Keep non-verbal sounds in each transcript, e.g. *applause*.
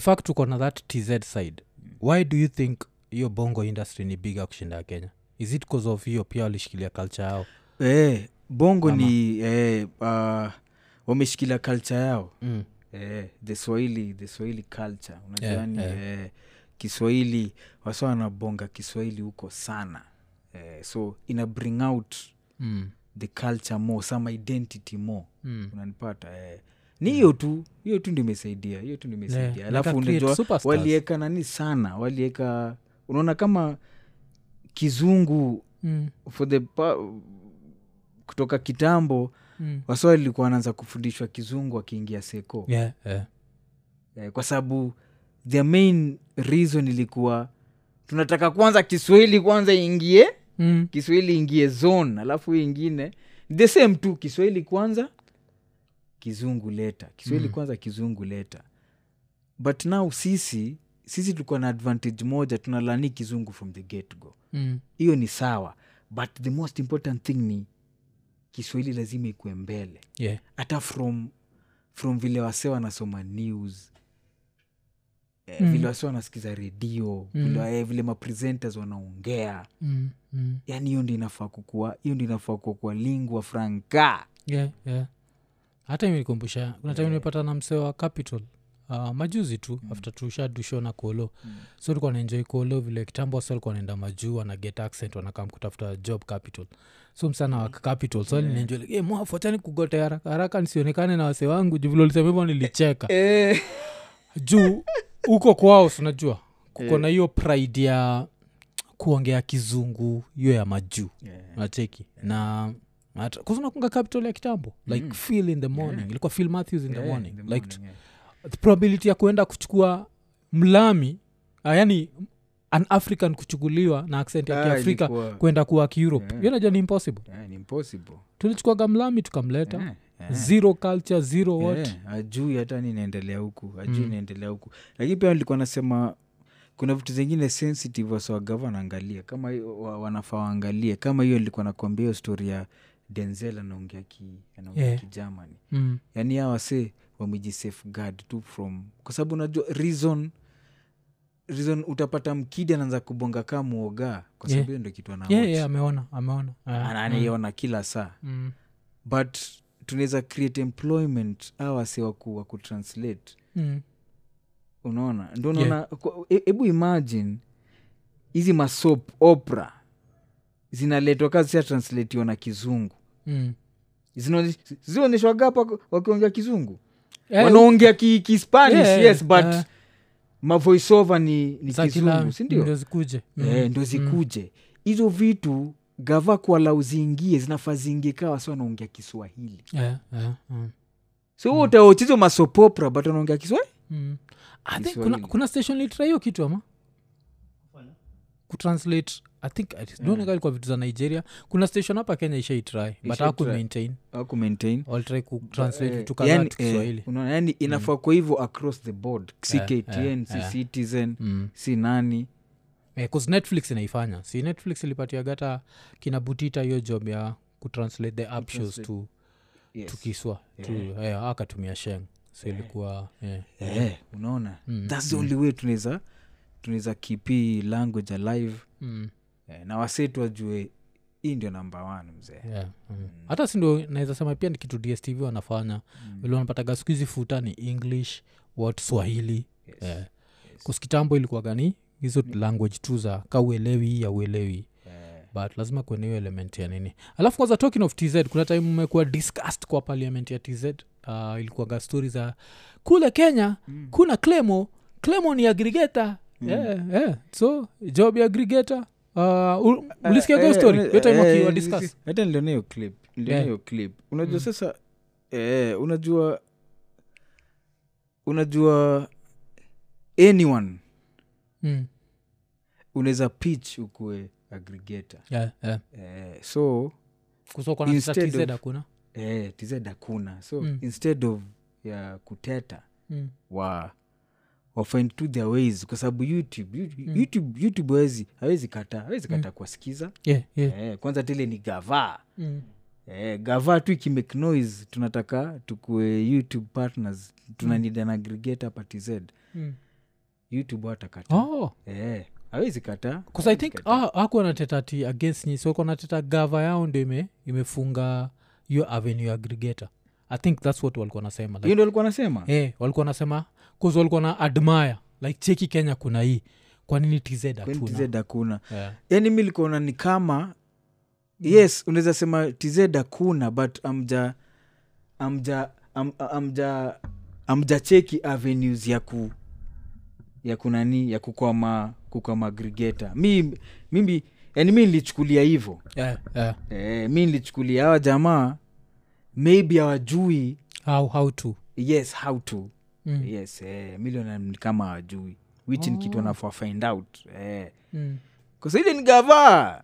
fact uko na that tz side why do you think hiyo bongo industry ni bigger kushinda ya kenya is it cause of hiyo pia walishikilia culture yao eh, bongo Ama. ni eh, uh, wameshikilia culture yao mm. eh, the swahili the swahili culture unajua Yeah, ni, yeah. eh, kiswahili wasa wanabonga kiswahili huko sana eh, so ina bring out Mm. the culture more some identity more Mm. unanipata eh. ni hiyo tu hiyo tu ndio imesaidia hiyo tu ndio imesaidia Yeah, alafu like a create unajua superstars. walieka nani sana walieka unaona kama kizungu Mm. for the pa, kutoka kitambo Mm. waswali likuwa wanaanza kufundishwa kizungu akiingia seko Yeah, yeah. eh, kwa sababu the main reason ilikuwa tunataka kwanza kiswahili kwanza ingie Mm. kiswahili ingie zone alafu hii ingine the same tu kiswahili kwanza kizungu leta kiswahili Mm. mm. kwanza kizungu leta but now sisi sisi tulikuwa na advantage moja tunalani kizungu from the get go Mm. hiyo ni sawa but the most important thing ni kiswahili lazima ikue mbele Yeah. hata from from vile wase wanasoma news eh, Mm. vile wase wanasikiza redio Mm. vile, eh, vile mapresenters wanaongea Mm. Mm. yani hiyo ndio inafaa kukua hiyo ndio inafaa kukua lingua franca yeah, yeah. hata imenikumbusha kuna time nimepata na msee wa capital uh, majuzi tu mm. after tushadusho na kuolo mm. so likuwa naenjoi kuolo vile kitambo wasi walikuwa wanaenda majuu wana get accent wanakam kutafuta job capital so msana wa capital so alinienjoi like, "Eh, hey, mwafu achani kugote haraka haraka nisionekane na wase wangu juvile ulisemevo *laughs* nilicheka Eh. juu huko kwao sinajua kuko na hiyo pride ya kuongea kizungu hiyo ya majuu Eh. nacheki na kusunakunga capital ya kitambo like mm. fil in the morning yeah. ilikuwa phil matthews Eh, in the morning like t- the probability ya kuenda kuchukua mlami uh, yani an african kuchukuliwa na accent eh. ya Ah, kiafrika kwenda kuwa kieurope Ah, yeah. najua ni impossible tulichukuaga mlami tukamleta Eh, yeah. zero culture zero what Mm. ajui Eh, hata ni inaendelea huku ajui inaendelea huku lakini pia nilikuwa nasema kuna vitu zingine sensitive wasawagava wanaangalia kama hiyo wa- wanafaa waangalie kama hiyo nilikuwa nakwambia hiyo stori ya denzel anaongea ki anaongea Yeah. kigermany Mm. yaani hawa wase wamejisafeguard tu from kwa sababu unajua reason reason utapata mkidi anaanza kubonga kaa mwoga kwa sababu Yeah. hiyo ndio kitu anaona yeah, yeah, ameona ameona Ah, anaiona kila saa mm. but tunaweza create employment a wase waku, waku translate Mm. unaona ndo Yeah. unaona hebu imagine hizi masop opera zinaletwa kazi ya translatiwa na kizungu Mm. Zinaone- zinaonyeshwaga hapa wakiongea kizungu Eh, wanaongea ki- kispanish Yeah, yes but eh. mavoiceover ni, ni za kila kizungu sindio ndio zikuje Mm. eh, ndo zikuje hizo vitu gava kualau ziingie zinafaa ziingie kawa si wanaongea kiswahili Eh, eh, mm. so huo utaochizo masopopra but wanaongea kiswahili Mm. I think kuna, Kiswahili. kuna station litra hiyo kitu ama kutranslate i think I Mm. don't know kama ilikuwa vitu za nigeria kuna station hapa kenya ishaitry but Ishaitry. haku maintain Hawaku maintain. walitry kutranslate Eh, vitu kadhaa yani, tu eh, kiswahili Mm. unaona, yani inafaa kwa hivyo across the board si Eh, eh, ktn si eh. citizen Mm. si nani Eh, 'cause netflix inaifanya si netflix ilipatiaga hata kina butita hiyo job ya kutranslate the app shows to, to yes. kiswa to, eh, akatumia sheng so ilikuwa eh. eh, unaona Mm, thats the only way tunaweza tunaweza kipi language alive Mm. eh, na wasetu wajue hii ndio namba wan mzee yeah. mm. hata sindo naweza sema pia ni kitu dstv wanafanya mm. vile wanapataga siku hizi futa ni english wat swahili Yes. Mm. yeah. kuskitambo ilikuwa gani hizo language tu za ka uelewi hii ya uelewi Eh, but lazima kuene hiyo element ya nini alafu kwanza talking of tz kuna time umekuwa discussed kwa parliament ya tz uh, ilikuwaga stori za kule kenya mm. kuna clemo clemo ni agrigeta mm. yeah, yeah. so job ya agrigeta uh, ulisikiaga eh, hiyo story eh, hiyo time eh, wakiwa eh, discuss Eh. Mm. hata niliona hiyo clip niliona Yeah. hiyo clip unajua sasa eh, unajua unajua anyone Mm. unaweza pitch ukue aggregator Yeah, yeah. eh, so kusokwa na Instead tatizo of- hakuna eh, tz hakuna so Mm. instead of ya kuteta Mm. wa wafind to their ways kwa sababu youtube YouTube- Mm. youtube youtube hawezi hawezi kataa hawezi kataa kuwasikiza yeah, yeah. eh, kwanza tile ni gavaa Mm. eh, gavaa tu ikimake noise tunataka tukue youtube partners tunanida na aggregator hapa tz Mm. youtube hatakata oh. eh, awezi kataa Cause I think ah, aku anateta ti against nyi so kanateta gava yao ndo ime, imefunga hiyo avenue aggregator i think thats what walikuwa nasema like, hiyo ndo alikuwa anasema eh, walikuwa nasema bcause walikuwa na admire like cheki kenya kuna hii kwa nini tz Kwani hatuna tz hakuna yeah. yani mi likuona ni kama yes unaweza sema tz hakuna but amja amja am- amja amja cheki avenues ya ku ya kunani ya kukwama kukwama grigeta mi mimi yani mi nilichukulia hivyo Yeah, yeah. e, mi nilichukulia hawa jamaa maybe hawajui How, how to yes how to Mm. Oh. yes eh, milion ni kama hawajui which ni kitu anafaa find out eh mm. kwasaidi ni gavaa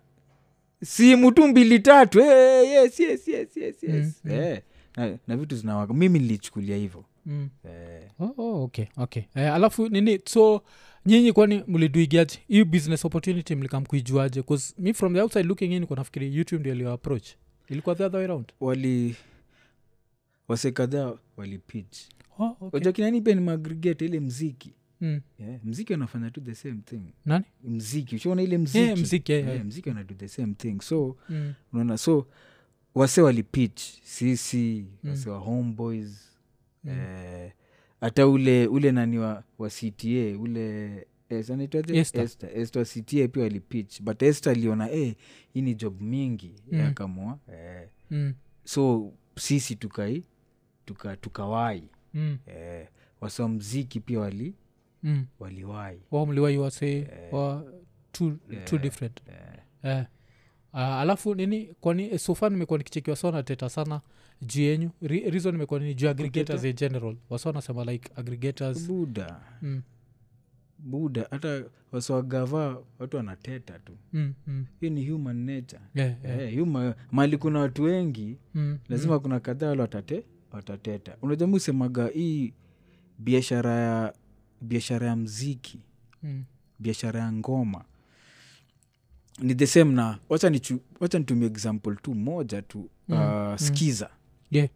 simu tu mbili tatu eh, yes, yes, yes, yes, yes. Eh, na, na vitu zinawaka mimi nilichukulia hivyo Mm. eh, Oh, oh, okay, okay. Eh, alafu nini so nyinyi kwani mliduigiaje hii business opportunity mlikamkuijuaje bcause mi from the outside looking in kwa nafikiri youtube ndio iliyo approach ilikuwa the other way round wali wase kadhaa walipitch oh, okay. wajua kinani pia ni maagrigeta ile mziki mm. yeah, mziki wanafanya tu the same thing nani mziki ushaona ile mziki, Yeah, mziki, yeah, Eh, yeah. mziki wanadu the same thing so mm. unaona so wase walipitch sisi wase wa homeboys eh, hata ule ule nani wa, wa cta ule eh, es- anaitwaje? Esther. Esther. Esther wa cta pia walipitch but este aliona eh, hii ni job mingi mm. akamua eh, Mm. so sisi tukai tuka, tukawai Mm. eh, wase wa mziki pia wali Mm. waliwai wao mliwaiwase wa two, two different eh. Uh, alafu nini kwani eh, so far nimekuwa nikichekiwa so nateta sana juu yenyu Re- reason imekuwa nini juu aggregators in general wasa wanasema like aggregators buda mm, buda hata wase wa gava watu wanateta tu mm, mm, hiyo ni human nature yeah, yeah, Eh, huma- mali kuna watu wengi mm, lazima kuna kadhaa wale watate, watateta unajua mi usemaga hii biashara ya biashara ya mziki mm, biashara ya ngoma ni the same na wacha nichu- wacha nitumie example tu moja tu mm. uh, skiza yeah,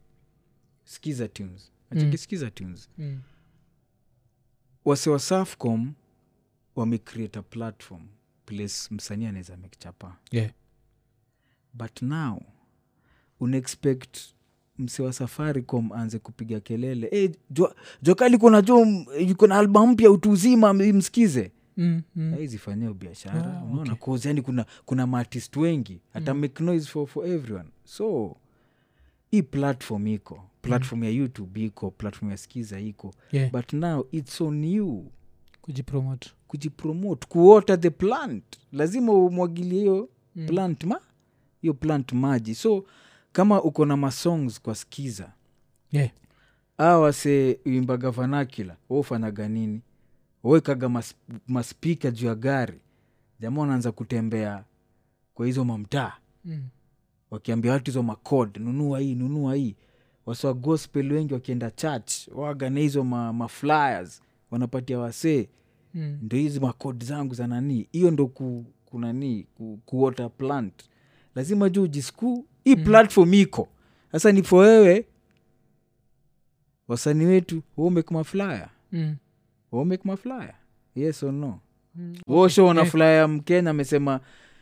skiza tunes acheki Mm. skiza tunes mm, wase wa safcom wamecreate a platform place msanii anaweza mekchapa yeah, but now unaexpect msi wa safaricom aanze kupiga kelele Eh, hey, jokalikuwa najua yuko na albam mpya utu uzima m- msikize mm, mm, aizifanyia biashara Ah, Hmm. unaona cause yani kuna kuna maartist wengi hata make noise for, for everyone so hii platform Hmm. iko platform ya youtube iko platform ya skiza iko yeah. but now its on you kujipromote kujipromote kuota the plant lazima umwagilie hiyo mm. plant ma hiyo plant maji so kama uko na masongs kwa skiza yeah. a wase uimbaga vanakila waufanyaga nini wawekaga mas, maspika juu ya gari jamaa wanaanza kutembea kwa hizo mamtaa mm, wakiambia watu hizo makod nunua hii nunua hii waswa gospel wengi wakienda church waga na hizo ma, maflyers wanapatia wasee mm, ndo hizi makod zangu za nani hiyo ndo ku, kunani ku, kuota plant lazima juu ujisiku hii mm. platform iko sasa ni fo wewe wasani wetu womeke maflaya mm, womeke maflaya yes or no Mm, wosho wana flaya ya mkenya amesema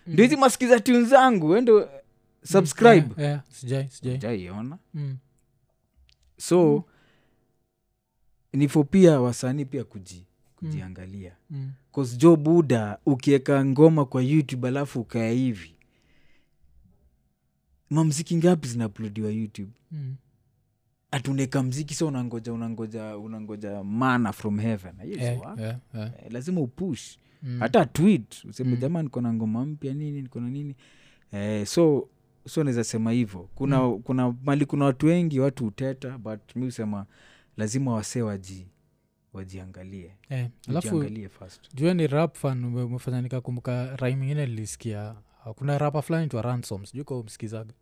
ndo hizi masikiza tun zangu wendo subscribe yeah, yeah, sijai sijai jaiona mm, so mm. nifo pia wasanii pia kuji kujiangalia mm, Cause jo buda ukiweka ngoma kwa youtube alafu ukaya hivi mamziki ngapi zinauploadiwa youtube mm. atuneka mziki sa unangoja unangoja unangoja mana from heaven Hiyo si Yeah, wa- yeah, yeah. Eh, lazima upush Mm. hata tweet useme jamaa niko na ngoma mpya nini niko na nini eh, so so naweza sema hivyo kuna kuna mali kuna watu wengi watu uteta but mi usema lazima wasee waji wajiangalie Eh, alafu wajiangalie first jua ni rap fan ume- umefanya nikakumbuka rim ingine nilisikia Uh, kuna rapa fulani twa ransom sijui kwa umsikizaga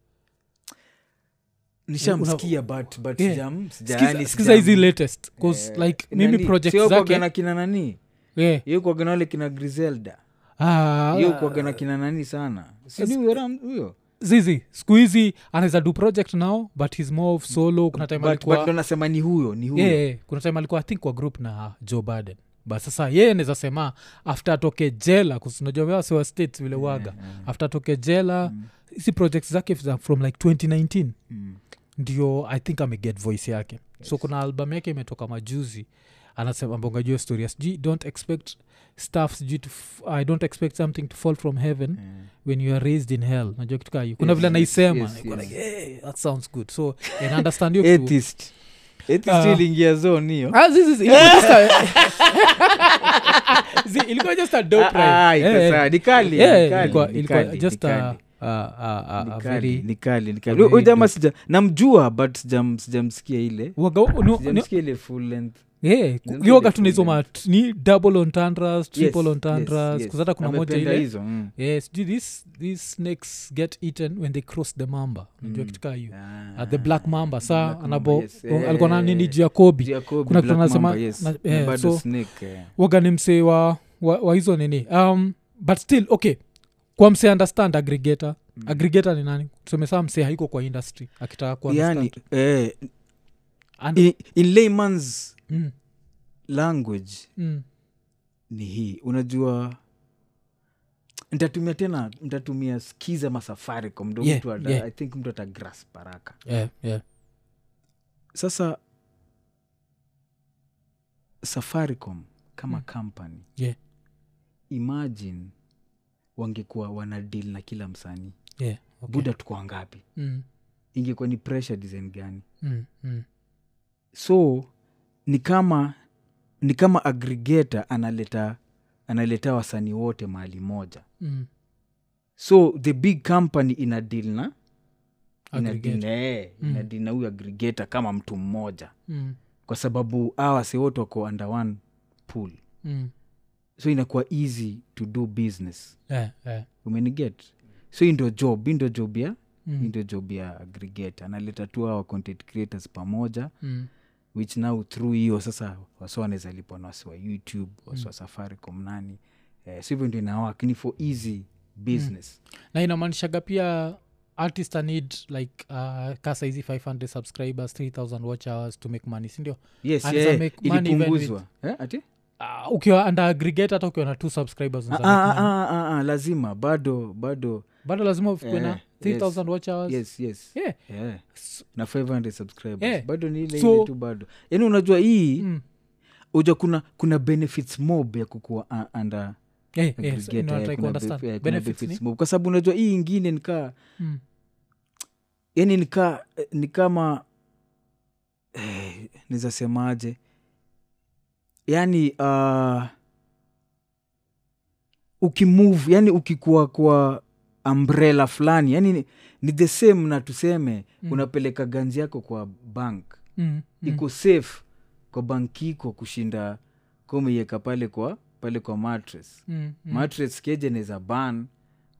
nishamsikia but but Yeah. sijam- sija- Sikiza- yani sikiza hizi sijam- latest cause like mimi Eh, Nani, project sio zake kuagana kina nani yeah. hiyo kuagana wale kina griselda Ah, hiyo kuagana kina nani sana sini huyo ram- huyo zizi siku hizi anaweza do project now but he's more of solo kuna time But- but alikuwa ndo nasema ni huyo ni huyo yeah, yeah, kuna time alikuwa i think kwa group na joe baden but sasa yeye naweza sema after atoke jela kunajomewasewa states vile waga after atoke jela Mm. hizi projects zake za from like 2019 Mm. ndio i think ameget voice yake yes. so kuna album yake imetoka majuzi anasema mbonga juu ya storia sijui don't expect stuff sijui to f- i don't expect something to fall from heaven Mm. when you are raised in hell najua kitu kaa hiyo kuna Yes, vile yes, naisema yes, nilikuwa yes. Eh, like, hey, that sounds good so and I understand *laughs* you too. atheist atheist Ah. iliingia zone hiyo Ah, this is- ilikuwa just a- *laughs* See, ilikuwa just a dope rhyme. Ah, ah, iko Eh, eh. sawa. Ni kali, Yeah, ni kali, ilikuwa- ni ilikuwa kali, just ni a- kali. a- a- a- a Ni very- kali, ni kali, ni kali. very Huyu jamaa dope. sija namjua but sijam- sijamsikia ile Waga- no, no, sijamsikia ile full length yeah, ku- Zile hiyo wakati full unaisoma t- ni double ontandras triple Yes, yes, ontandras yes. kuzata kuna moja Amependa ile hizo mm. yes do this these snakes get eaten when they cross the mamba unajua Mm. kitu kaa hiyo Ah, Uh, the black mamba Black sa Mamba, anabo yes. alikuwa na nini Eh, juu ya kobi Jia Kobe, kuna kitu Black anasema- Mamba, yes. na- Na eh, bado so- snake, eh. waga ni msee wa, wa, wa hizo nini um, but still okay kwa msee understand aggregator mm. aggregator ni nani tuseme saa msee haiko kwa industry akitaka ku yani understand. eh, And- in, in layman's mm, language mm, ni hii unajua ntatumia tena ntatumia skiza masafari kwa mdo Yeah, mtu ata- yeah. i think mtu atagras baraka yeah, yeah. sasa safaricom kama mm. company Yeah. imagine wangekuwa wana deal na kila msanii Yeah, okay. buda tuko wangapi Mm, ingekuwa ni pressure design gani mm, mm. so ni kama ni kama aggregator analeta analeta wasanii wote mahali moja Mm, so the big company ina deal na ina aggregate. deal na yeye, Mm. ina deal na huyu aggregator kama mtu mmoja Mm, kwa sababu awase wote wako under one pool mm. so inakuwa easy to do business Yeah, yeah. umeniget so hii ndio job hii ndio job ya hii Mm, ndio job ya aggregator analeta tu hawa content creators pamoja mm, which now through hiyo sasa wasa wanaweza lipwa na wasi wa youtube wasi Mm. wa safaricom nani eh, so hivyo ndio inawak ni for easy business na inamaanishaga pia artist a need like uh, kasaizi 500 subscribers 3000 watch hours to make money sindio yes And yeah, they make money even ilipunguzwa eh, ati uh, ukiwa under aggregate hata ukiwa na two subscribers ah, unaweza make ah, money. ah, ah, ah, lazima bado bado bado lazima ufikwe na Eh, 3000 watch hours yes yes Yeah. yeah. na 500 subscribers Yeah. bado ni ile So- ile tu bado yaani unajua hii Mm. uja kuna kuna benefits mob ya kukuwa uh, under Eh, eh, so, aggregator, you know, I eh, try to kuna understand. be- eh, kuna Benefits benefits ni? mob. kwa sababu unajua hii ingine nikaa Mm. yani nika eh, ni kama eh, nizasemaje yani uh, ukimove yani ukikuwa kwa umbrella fulani yani ni, ni the same na tuseme Mm. mm. unapeleka ganzi yako kwa bank Mm, mm, mm. iko safe kwa banki iko kushinda komeiweka pale kwa pale kwa mattress mm, mm. mm. mattress keje naeza ban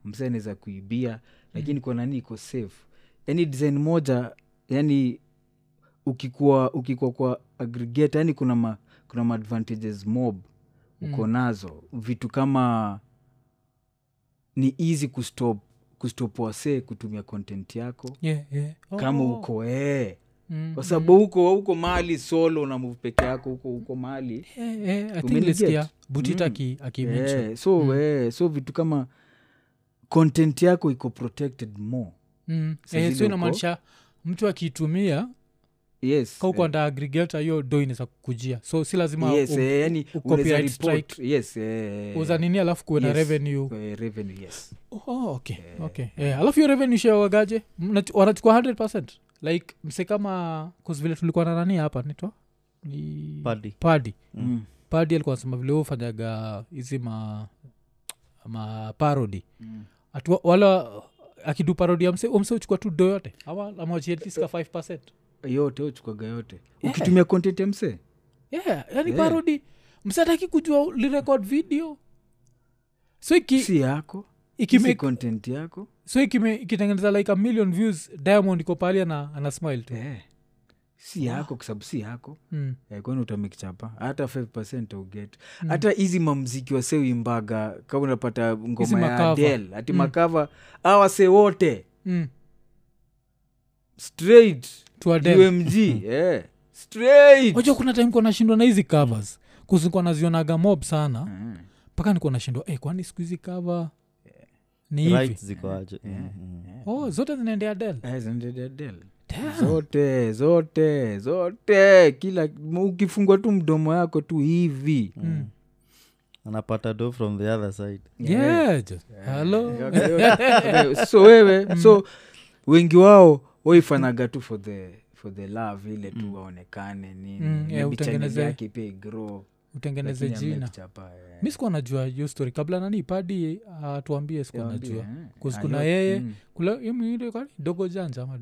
msee anaweza kuibia Mm. lakini kwa nani iko safe yani design moja yani ukikuwa ukikuwa kwa aggregate yani kuna ma, kuna maadvantages mob uko Mm. nazo vitu kama ni easy kustop kustop wasee kutumia content yako Yeah, yeah. Oh, kama oh. uko ee Mm, kwa mm. sababu huko huko mali solo na move peke yako huko huko mali Eh, eh, I think Umeniget? nilisikia butita Mm. aki- aki mention. yeah, so mm. eh, so vitu kama content yako iko protected more Mm. Saa Eh, zile so uko- inamaanisha mtu akiitumia yes kauko anda aggregator hiyo do inaweza kukujia so si lazima eh, yes, u- eh, yani u- unaweza copyright report strike. yes eh, uza nini alafu kuwe na Yes. revenue eh, revenue yes oh, okay, okay. Eh, alafu hiyo revenue share wagaje Mnach- wanachukua 100 like mse kama 'cause vile tulikuwa na nani hapa nitwa ni Paddy. padi mm. padi alikuwa nasema vile wewe ufanyaga hizi ma maparodi Mm. Atu- wala akidu parodi ya mse huyo mse uchukua tu do yote ama ama wachie at least ka 5 yote uchukwaga yote Eh. ukitumia content ya msee yeah yani Yeah. parodi mse ataki kujua lirekod video so iki, si yako iki si make content yako so ikime- ikitengeneza like a million views diamond iko pali ana, ana smile tu eh, si Ah. yako kwa sababu si yako mm. Eh, kwani utamikchapa hata 5 auget hata hizi mamziki wase uimbaga kama unapata Hizi ngoma ya makava. adel ati Mm. makava awase wote Mm. straight To Adele. umg eh. *laughs* straight Wajua kuna time kuwa nashindwa na hizi covers kusikwa nazionaga mob sana Mm. mpaka nikuwa nashindwa hey, kwani siku hizi kava ni hivi right ziko aje Mm, mm. oh, zote zinaendea del Eh, zinaendea Adele. zote zote zote kila ukifungua tu mdomo yako tu hivi Mm. anapata do from the other side yeah, just, hello Mm. Okay, *laughs* so wewe so wengi wao waifanaga tu for the for the love ile tu waonekane nini Mm, yeah, Maybe channel utengeneze- yake pia igrow utengeneze jina mi sikuwa najua hiyo story kabla nani padi atuambie sikuwa najua eh. Ah, kuskuna yeye mm. kula hiyo mwingine kwani dogo janja ama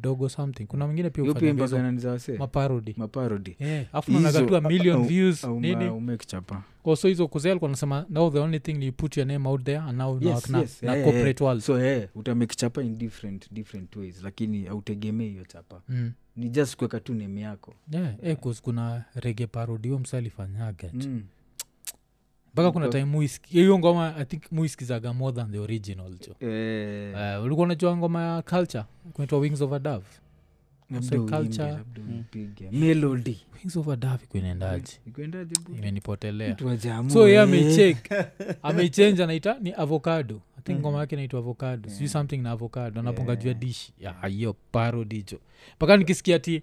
dogo something kuna mwingine pia hufanya hizo maparody maparodi Eh, alafu naonaga tu a million views nini umekchapa also hizo kuzee alikuwa anasema now the only thing you put your name out there and now you Yes, work na, yes, na eh, corporate eh. world so eh, utamekchapa in different different ways lakini autegemee hiyo chapa mm. ni just kuweka tu neme yako yeah, eh, 'cause kuna rege parody huyo msa alifanyaga ati. mm. mpaka kuna time muiski- hiyo ngoma i think muiskizaga more than the original jo eh, Eh, ulikuwa unajua ngoma ya culture kunaitwa wings of a dove labda uimbe, culture. Mm. labda uipige. melody wings of a dove iko inaendaje Ikuendaje bu- imenipotelea mtu ajaamue. so ye amechek amechange anaita ni avocado I think ngoma yake naitwa avocado sijui something na avocado anaponga juu ya dishi Ya, hiyo parody jo mpaka nikisikia ti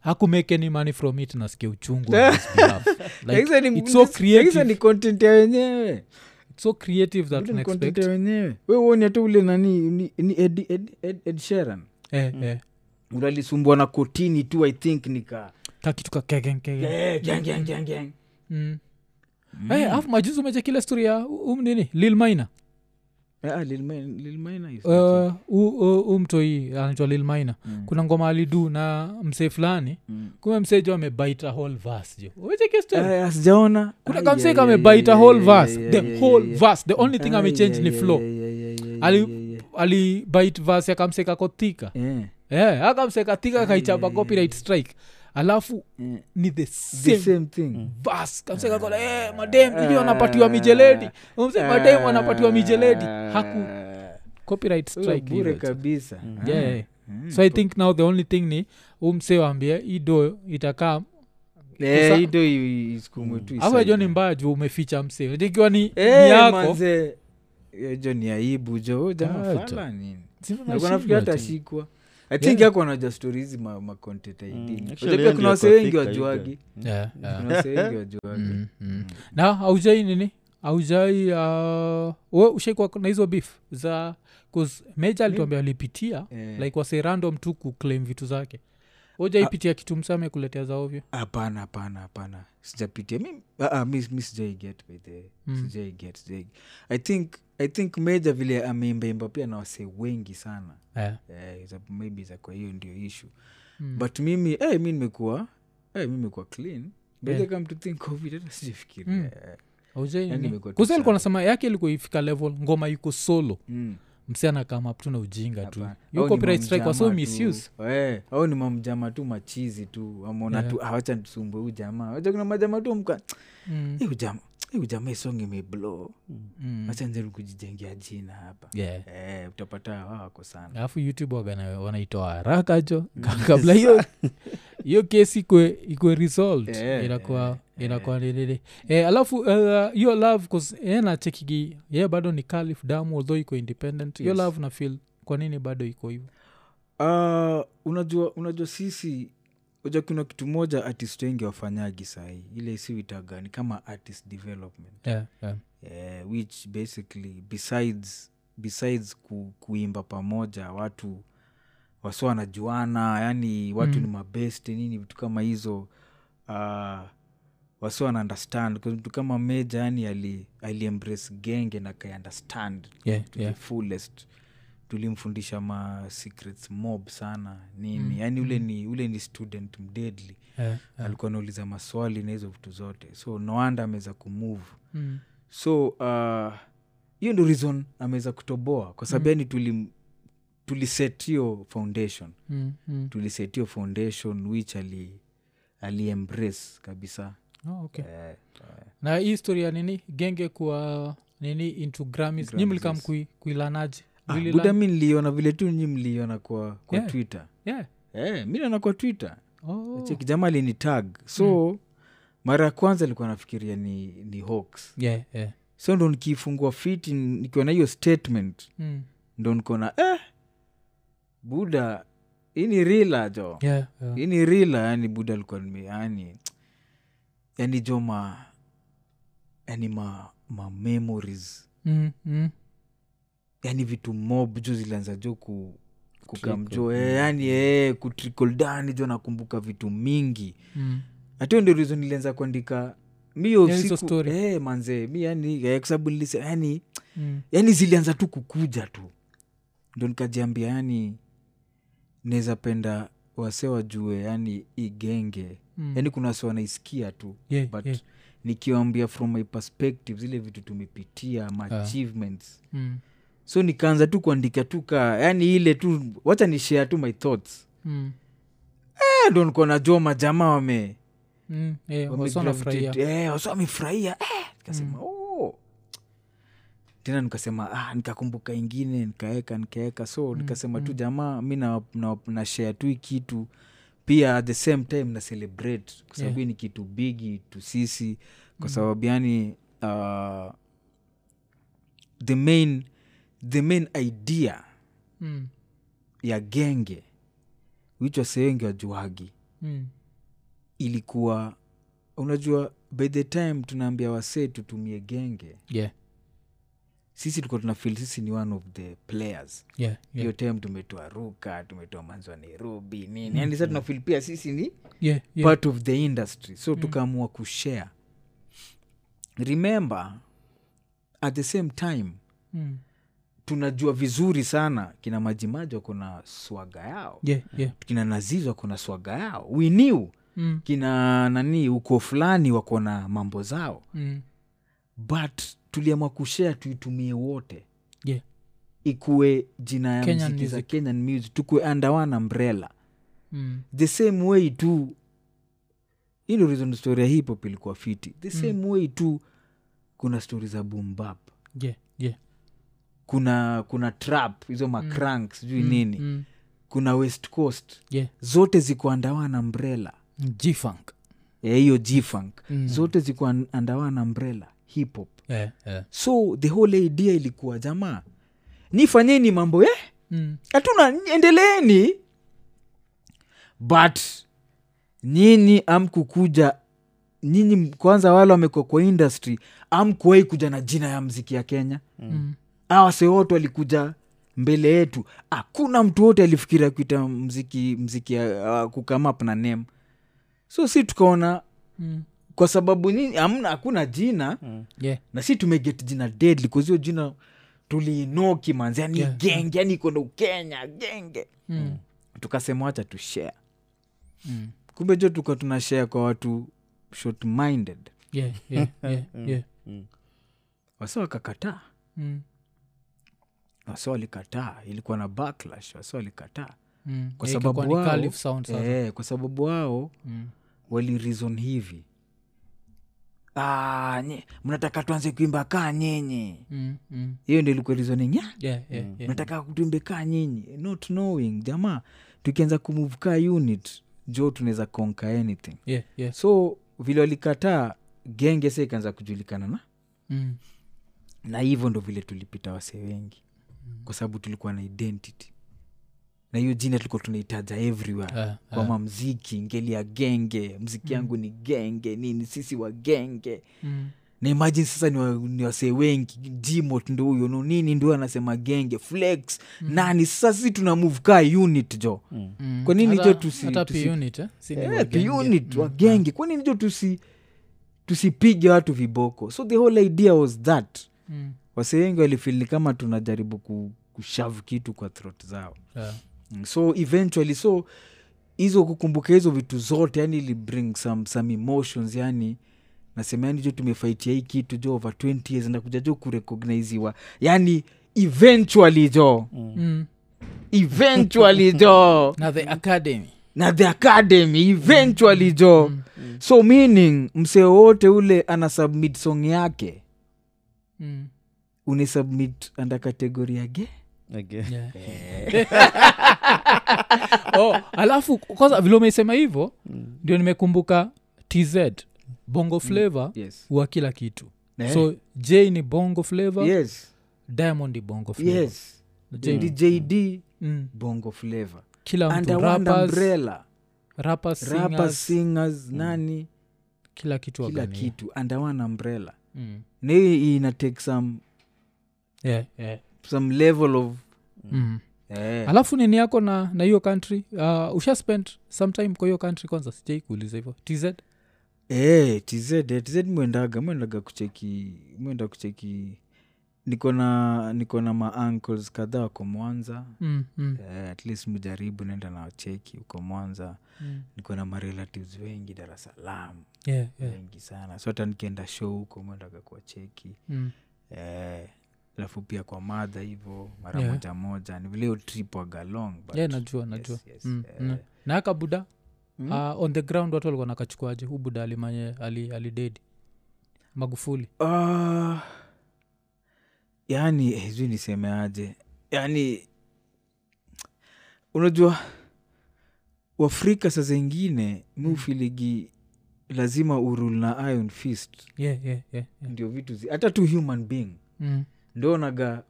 hakumake any money from it nasikia uchungu on his behalf. Like, Hizo ni- it's so hizo- hizo creative ni content ya wenyewe it's so creative that Hizo ni una content expect ya wenyewe we uoni hata ule nani ni, ni ed, ed, ed, ed sheran eh, eh. unalisumbua na kotini tu i think nika kakitu kakegekege Eh, gang, gang, gang, gang. Mm. afu Mm. Eh, majuzi umeja kile stori ya um nini lil maina Eh, ah, Lil Main- Lil Maina is- Eh, umtoi um, anaitwa lil maina kuna ngoma alidu na msee fulani Mm. kume msee jo amebaita whole verse jo Umecheki hiyo story? Eh, sijaona kuna Ai, kamsee ai, kamebaita ai, whole ai, verse ai, the ai, whole ai, verse the only thing ai, amechange ni ai, flow ai, ai, ai, ai, Ali- ai, ai, ai. alibait verse akamsee kakothika Eh, Eh, akamsee kathika kaichapa copyright strike alafu eh, ni the the same Mm. same thing bas kamsekakola eh, madem ili Ah. wanapatiwa mijeledi Mse, madem wanapatiwa mijeledi haku Eh, copyright strike bure hiyo. kabisa Yeah, Ah. yeah. Mm. so i think now the only thing ni umse waambia ido itakaa Eh, Kusa- hii ndio i- isukumwe tu afu isaidie. ajua ni mbaya juu umeficha mse Unajua ikiwa ni, ni Eh, yako manze. Eh, jo ni aibu jo Huyu jamaa Ah, jo. fala nini sina Nilikuwa nafikiri nashindwa hata tena. shikwa i think Yeah. yako anajua stori hizi ma- macontent ID. Mm, Unajua actually pia yeye kuna ndio wase wengi kwa thika wajuagi Yeah, yeah. kuna wase wengi wajuagi Mm, mm. na aujai nini aujai we ushaikwa na hizo beef za meja alituambia alipitia Eh. like wase random tu kuclaim vitu zake Ah. ujaipitia kitu msame kuletea za ovyo hapana hapana hapana sijapitia mi, uh, mi, mi sijaiget by the way. Mm. sijaiget sijai i think i think meja vile ameimbaimba pia na wase wengi sana Eh. eh, za- maybe za kwa hiyo ndio ishu Mm. but mimi eh, mi nimekuwa eh, mi nimekuwa clean but Eh. come to think of it hata sijafikiria Mm. Eh, Aujai Yaani nini? imekuwa tu Kuzi sana. alikuwa anasema yake ilikuwa ifika level ngoma iko solo mm, msiana kama tu na ujinga tu hapana. Hiyo Au ni copyright strike was so mamjama tu- misused. eh, au ni mamjama tu machizi tu wameona Yeah. tu "Ah, awacha tusumbue huu jamaa wacha kuna majama tu mka Mm, "Eh, huyu jamaa eh, huyu jamaa isonge imeblow mm. wacha nzeri kujijengea jina hapa Yeah. Eh, utapata wao wako sana alafu youtube waga- wanaitoa haraka jo kabla hiyo hiyo kesi ikwe, ikwe resolved Eh, inakuwa inakuwa nilili eh, alafu uh, hiyo love 'cause eh, yeye nachekigi ye bado ni calif damu although iko independent hiyo Yes. love na feel kwa nini bado iko hivo Ah, unajua unajua sisi unajua kuna kitu moja artist wengi wafanyagi sahii ile siwitaga ni kama artist development yeah, yeah. eh, which basically besides besides ku, kuimba pamoja watu wasi wanajuana yani watu Mm. ni mabest nini vitu kama hizo uh, wasi wana understand 'Cause mtu kama meja yani ali, ali embrace genge na kaiunderstand Yeah, to yeah. the fullest tulimfundisha ma secrets mob sana nini yani ule ni ule ni student mdedly Mm, Yeah, alikuwa anauliza maswali na hizo vitu zote so noanda ameweza kumove Mm. so uh, hiyo ndo reason ameweza kutoboa kwa Mm. sababu yaani yani tulim tuliset hiyo foundation Mm, mm. tuliset hiyo foundation which ali aliembrace kabisa Oh, okay. Eh, eh, na hii story ya nini genge kuwa nini into grammys nyi mlikam Grammys, kui, kuilanaje ah, Mlila- buda mi niliona vile tu nyi mliona kwa, kwa Yeah. twitter yeah. eh, mi naona kwa twitter oh. Mm. cheki jamaa alinitag so mara ya kwanza alikuwa nafikiria ni, ni hoax yeah, yeah. so ndo nikifungua fiti nikiwa na hiyo statement Mm. ndo nikona eh, buda hii ni rila jo Yeah, yeah. hii ni rila yani buda alikuwa nime yani yani jo ma yani ma, ma memories Mm, mm. yani vitu mob jo zilianza jo ku kukam Trickle, jo eh, yani eh, kutrickle down jo nakumbuka vitu mingi Mm. hatiyo ndio reason nilianza kuandika mio Yeah, hizo story. eh, manze mi yani eh, kwa sababu nilise yani Mm. yani Yaani zilianza tu kukuja tu ndo nikajiambia yani naweza penda wase wajue yaani yani igenge Mm. yani Yaani kuna wase wanaisikia tu Yeah, but yeah. nikiwambia from my perspective zile vitu tumepitia ma Ah. achievements Mm. so nikaanza tu kuandika tu ka yani ile tu wacha ni share tu my thoughts Mm. Eh, ndo niko najua majamaa wame Mm. Yeah, wame wasio wanafurahia. gravitate. Eh, wasio wamefurahia Eh, nikasema oh. tena nikasema ah, nikakumbuka ingine nikaeka nikaeka so nikasema tu jamaa mi na, na, na share tu hii kitu pia at the same time na celebrate kwa sababu hii ni kitu bigi tu sisi kwa sababu yani uh, the main the main idea Mm. ya genge wichwa wasewengi wajuagi Mm. ilikuwa unajua by the time tunaambia wasee tutumie genge Yeah, sisi tulikuwa tunafil sisi ni one of the players yeah, yeah. hiyo time tumetoa ruka tumetoa manzwa nairobi nini mm. yani sa tunafil pia sisi ni Yeah, yeah. yeah. part of the industry so mm. tukaamua kushare remember at the same time Mm. tunajua vizuri sana kina majimaji wako na swaga yao Yeah, yeah. kina nazizi wako na swaga yao we knew Mm. kina nani uko fulani wako na mambo zao Mm. but tuliamua kushare tuitumie wote Yeah. ikuwe jina ya Kenyan mziki za music. kenyan music tukuwe under one umbrella Mm. the same way tu hii ndio reason story ya hip hop ilikuwa fiti the Hmm. same way tu kuna stori za bumbap Yeah, yeah. kuna kuna trap hizo Hmm. macrank mm. sijui mm. nini mm. Mm. kuna west coast Yeah. zote ziko under one umbrella G-funk. ya hiyo gfunk Mm. mm. zote ziko un- under one umbrella hip hop Yeah, yeah. so the whole idea ilikuwa jamaa nifanyeni mambo eh Mm. hatuna endeleeni but nyinyi amkukuja nyinyi m- kwanza wale wamekuwa kwa industry amkuwai kuja na jina ya mziki ya kenya Mm. awase wote walikuja mbele yetu hakuna mtu wote alifikiria kuita mziki mziki uh, kukamap na nem so si tukaona Mm. kwa sababu nyinyi hamna hakuna jina Yeah, na si tumeget jina deadly kuzio jina tuliinoki manzi yani Yeah. Hmm. genge yani iko na ukenya genge mm. tukasema wacha tushare Mm. kumbe jo tuka tuna share kwa watu short minded *laughs* yeah, yeah, yeah, yeah. wasa wakakataa Mm. wasa walikataa ilikuwa na backlash wasa walikataa Mm. kwa Yeah, sababu ikikuwa ni wao- Caliph sound sasa. eh, kwa sababu wao Mm. walirison hivi "Ah, nye- mnataka tuanze kuimba kaa nyinyi Mm. Mm. hiyo ndio ilikuwa reasoning ya Yeah, yeah, yeah. nataka kutumbe kaa nyinyi not knowing jamaa tukianza kumove kaa unit jo tunaweza konka anything Yeah, yeah. so vile walikataa genge sa ikaanza kujulikana na Mm. na hivyo ndo vile tulipita wasee wengi Mm. kwa sababu tulikuwa na identity na hiyo jina tulikuwa tunaitaja everywhere Ah, kwa mamziki ngeli ya genge mziki yangu ni genge nini sisi wa genge Mm. na imagine sasa ni, wa, ni wasee wengi jimot ndo huyo no nini ndio anasema genge flex nani sasa sisi tuna move kaa unit jo Mm. Kwa nini Hata- jo tusi- hata tusi- P-Unit, eh? Mm. Si ni Eh, wagenge. unit wa genge kwa nini jo tusi tusipige watu viboko so the whole idea was that Mm. wasee wengi walifili kama tunajaribu ku, kushavu kitu kwa throat zao Yeah. Mm, so eventually so hizo kukumbuka hizo vitu zote yani ili bring some, some emotions yani nasema yani jo tumefaitia hii kitu jo over 20 years nakuja jo kurecogniziwa yani eventually jo Mm. *laughs* eventually jo na the academy na the academy eventually jo Mm, so meaning msee wowote ule ana submit song yake mm. unisubmit under kategori ya gay *laughs* Again. yeah. *laughs* Eh. Mm. oh, alafu kwanza vile umeisema hivyo ndio nimekumbuka tz bongo flavor yes. wa kila kitu Mm. Eh, so j ni bongo flavor yes. diamond ni bongo Eh? flavor yes. J- Ndi jd mm, bongo flavor kila mtu under one rappers, umbrella rappers, rappers singers, singers nani kila kitu kila wagania. kitu under one umbrella mm. na hii ina take some yeah, yeah. some level of mm. eh, alafu nini yako na na hiyo country uh, usha spend sometime kwa hiyo country kwanza sijai kuuliza hivyo tz Eh, tz eh, tz mwendaga mwendaga kucheki mwenda kucheki niko na niko na maancles kadhaa wako mwanza mm, mm, eh, at least mjaribu naenda na wacheki huko mwanza mm. niko na marelatives wengi dar es salaam Yeah, yeah. wengi sana so hata nikienda show huko mwendaga kuwacheki Mm. eh, alafu pia kwa madha hivo mara Yeah. moja moja ni vileo trip wagalong yeah najua najua yes, Hmm? yes, Mm, mm. eh. na aka buda uh, on the ground watu walikuwa nakachukuaje hu buda alimanye ali, alidedi magufuli Ah, yaani eh, sijui nisemeaje yaani unajua uafrika saa zengine Mm. mi ufiligi lazima urul na iron fist yeah, yeah, yeah, yeah. ndio vitu zi- hata tu human being Mm. ndo naga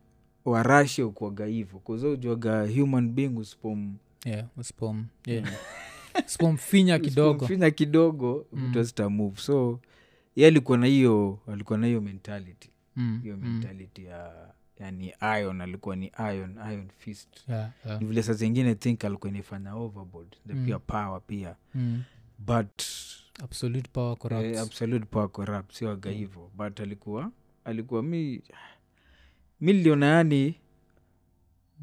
warasha ukuaga hivo kuza ujuaga human being usipom yeah, usipom yeah. *laughs* usipomfinya kidogo Mm. usipofinya kidogo vitu hazita move so ye alikuwa na hiyo alikuwa na hiyo mentality Mm, hiyo mm. mentality ya yani ion alikuwa ni ion ion fist Yeah, yeah. ni vile saa zingine think alikuwa inafanya overboard the Mm. pure power pia Mm. but absolute power corrupts. eh, absolute power corrupt sio aga Mm. hivo but alikuwa alikuwa mi mi niliona yani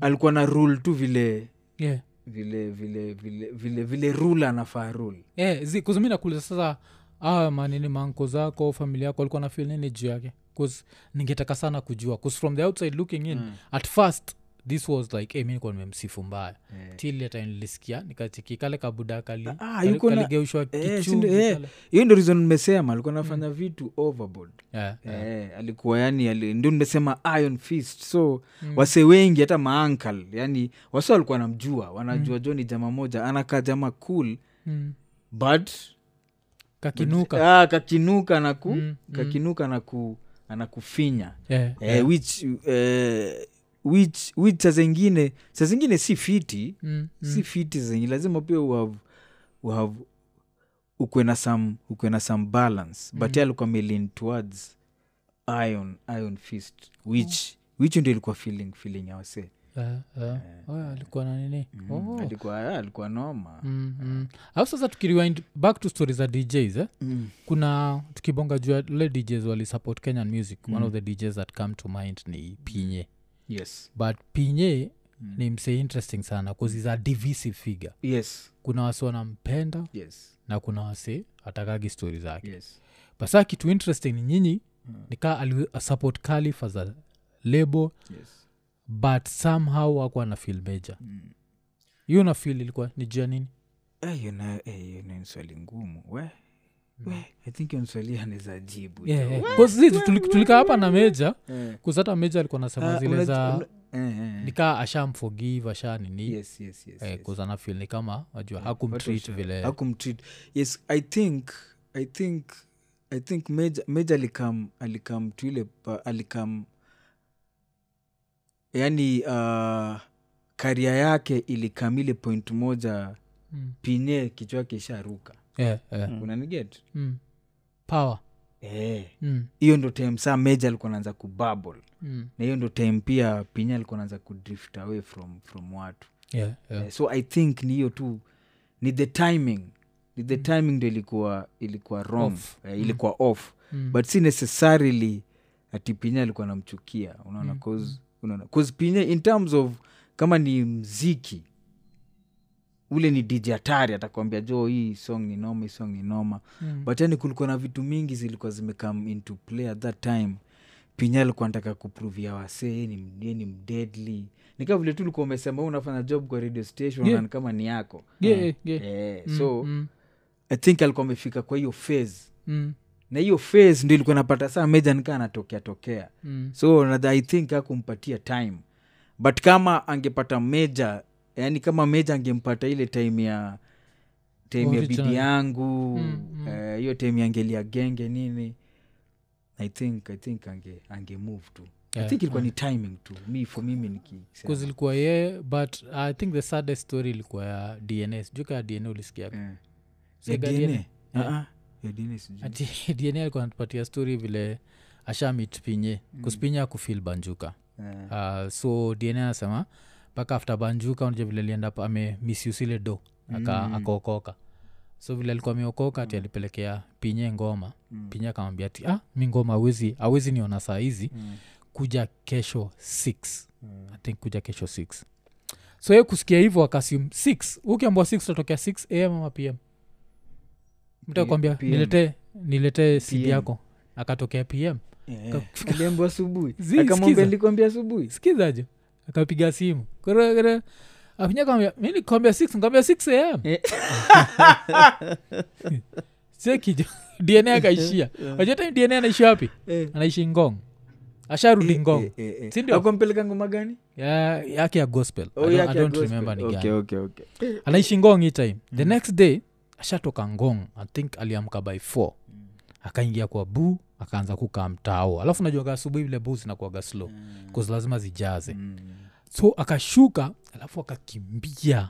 alikuwa na rule tu vile yeah. vile vile vile vile vile rule anafaa rule yeah, Eh, zi- 'cause mi nakuuliza sasa aya manini manko zako au familia yako alikuwa nafil nini juu yake 'Cause ningetaka sana kujua 'Cause from the outside looking in Mm. at first this was like hey, mi nikuwa nimemsifu mbaya Eh. till hata nilisikia nikachiki kale kabuda kali Ah, kali- yuko na- kaligeushwa Eh, kichungi sindo- eh, kale. hiyo ndo reason nimesema alikuwa anafanya vitu overboard Yeah, yeah. Eh, alikuwa yani ali, ndio nimesema iron fist so Mm. mm. wase wengi hata maankal yani wase walikuwa wanamjua wanajua mm. joni jama moja anakaa jama cool Mm. but kakinuka ah, kakinuka na ku Mm, mm. kakinuka na ku anakufinya yeah. yeah. eh, which eh, which which saa zingine saa zingine si fiti Mm, mm. si fiti saa zingine lazima pia uhave uhave ukwe na some ukwe na some balance but mm. alikuwa melin towards iron iron fist Oh. which which ndio ilikuwa feeling feeling ya wasee Yeah, yeah. Oh, alikuwa na nini oh. Eh. alikuwa ah, alikuwa noma Mm, mm. alafu sasa tukiriwind back to stories za djs eh? Mm. kuna tukibonga juu ya le djs walisupport kenyan music mm. one of the djs that come to mind ni pinye yes but pinye mm. ni msee interesting sana bcause is a divisive figure yes kuna wasi wanampenda yes na kuna wasi atakagi stori zake yes but saa kitu interesting ni nyinyi mm. nikaa alisupport calif as a lebo yes but somehow akuwa na fil major hiyo na fil ilikuwa ni juu ya nini Eh, hiyo na- eh, hiyo ni swali ngumu we we i think hiyo ni swali anaweza jibu Mm. yeah, yeah. 'Cause sisi tuli- tulikaa hapa na meja Eh. kuzata meja alikuwa nasema Ah, zile unaj- za una- eh, eh, eh. nikaa ashamforgive asha nini eh, yes yes yes, yes. Mm, kuzana fil ni kama najua hakumtreat Eh. vile hakumtreat yes i think i think i think major, major alikam alikam tuile pa- alikam yani uh, karia yake ilikam ile point moja Mm. pinye kichwa kisharuka Yeah, yeah. mm. unaniget Mm. power Eh, mm. hiyo ndo time saa meja alikuwa naanza kubabble Mm. na hiyo ndo time pia pinye alikuwa naanza kudrift away from from watu Yeah, yeah. Eh, so i think ni hiyo tu ni the timing ni the timing ndo ilikuwa ilikuwa wrong Mm. Off. eh, ilikuwa off Mm. but si necessarily ati pinya alikuwa namchukia unaona Mm. cause unaona cause pinya in terms of kama ni mziki ule ni dj hatari atakwambia jo hii song ni noma hii song ni noma Mm. but yani kulikuwa na vitu mingi zilikuwa zimekam into play at that time pinya alikuwa nataka kupruvia wasee ye ni, ye ni mdedly nikaa vile tu ulikuwa umesema "Wewe unafanya job kwa radio station Yeah. na ni kama ni yako Yeah, yeah, yeah. eh, Mm, so mm, i think alikuwa amefika kwa hiyo phase mm, na hiyo phase ndio ilikuwa napata saa meja nikaa anatokea tokea mm. so nadha- i think akumpatia time but kama angepata meja yani kama meja angempata ile time ya time ya Original. bibi yangu Mm, mm. eh, hiyo time yangelia genge nini i think i think ange, ange move tu i Yeah, think ilikuwa ni timing tu mi for mimi nikisema. bcause ilikuwa yeye but i think the saddest story ilikuwa ya dna sijuka ya dna ulisikia Eh. ya Sega dna DNA. Ah, ah, ya dna sijui. Ati *laughs* dna alikuwa anatupatia story vile ashamit pinye mm. kuspinye akufil banjuka Eh, uh, so dna anasema mpaka after banjuka unaja vile alienda pa- ame misuse ile do aka Mm. akaokoka so vile alikuwa ameokoka ati alipelekea pinye ngoma Mm. pinye akamwambia ati ah, mi ngoma awezi awezi niona saa hizi Mm. kuja kesho 6 Mm. i think kuja kesho 6 so ye kusikia hivyo akasum 6 ukiambua 6 utatokea 6 am ama pm mtakwambia PM. niletee niletee cd PM. yako akatokea pm Eh, Ka- aliambiwa asubuhi Zii, akamwambia sikiza. nilikwambia asubuhi sikizaje akapiga simu kere apinyakambia mi nikuambia 6 nikuambia 6 am *laughs* Eh. *laughs* sekijo dna akaishia wajatime dna anaishi wapi Eh. anaishi ngong asharudi ngong Eh, eh, eh. Sindio? Akampeleka ngoma gani Ya- yake ya gospel Oh, I don't- yake I ya don't gospel. remember ni Okay, gani okay, Mm. okay. anaishi ngong hi time the next day ashatoka ngong i think aliamka by f Mm. akaingia kwa bu akaanza kukaa mtao alafu najuaga asubuhi vile bu zinakuaga slow mm. lazima zijaze mm. Mm. so akashuka alafu akakimbia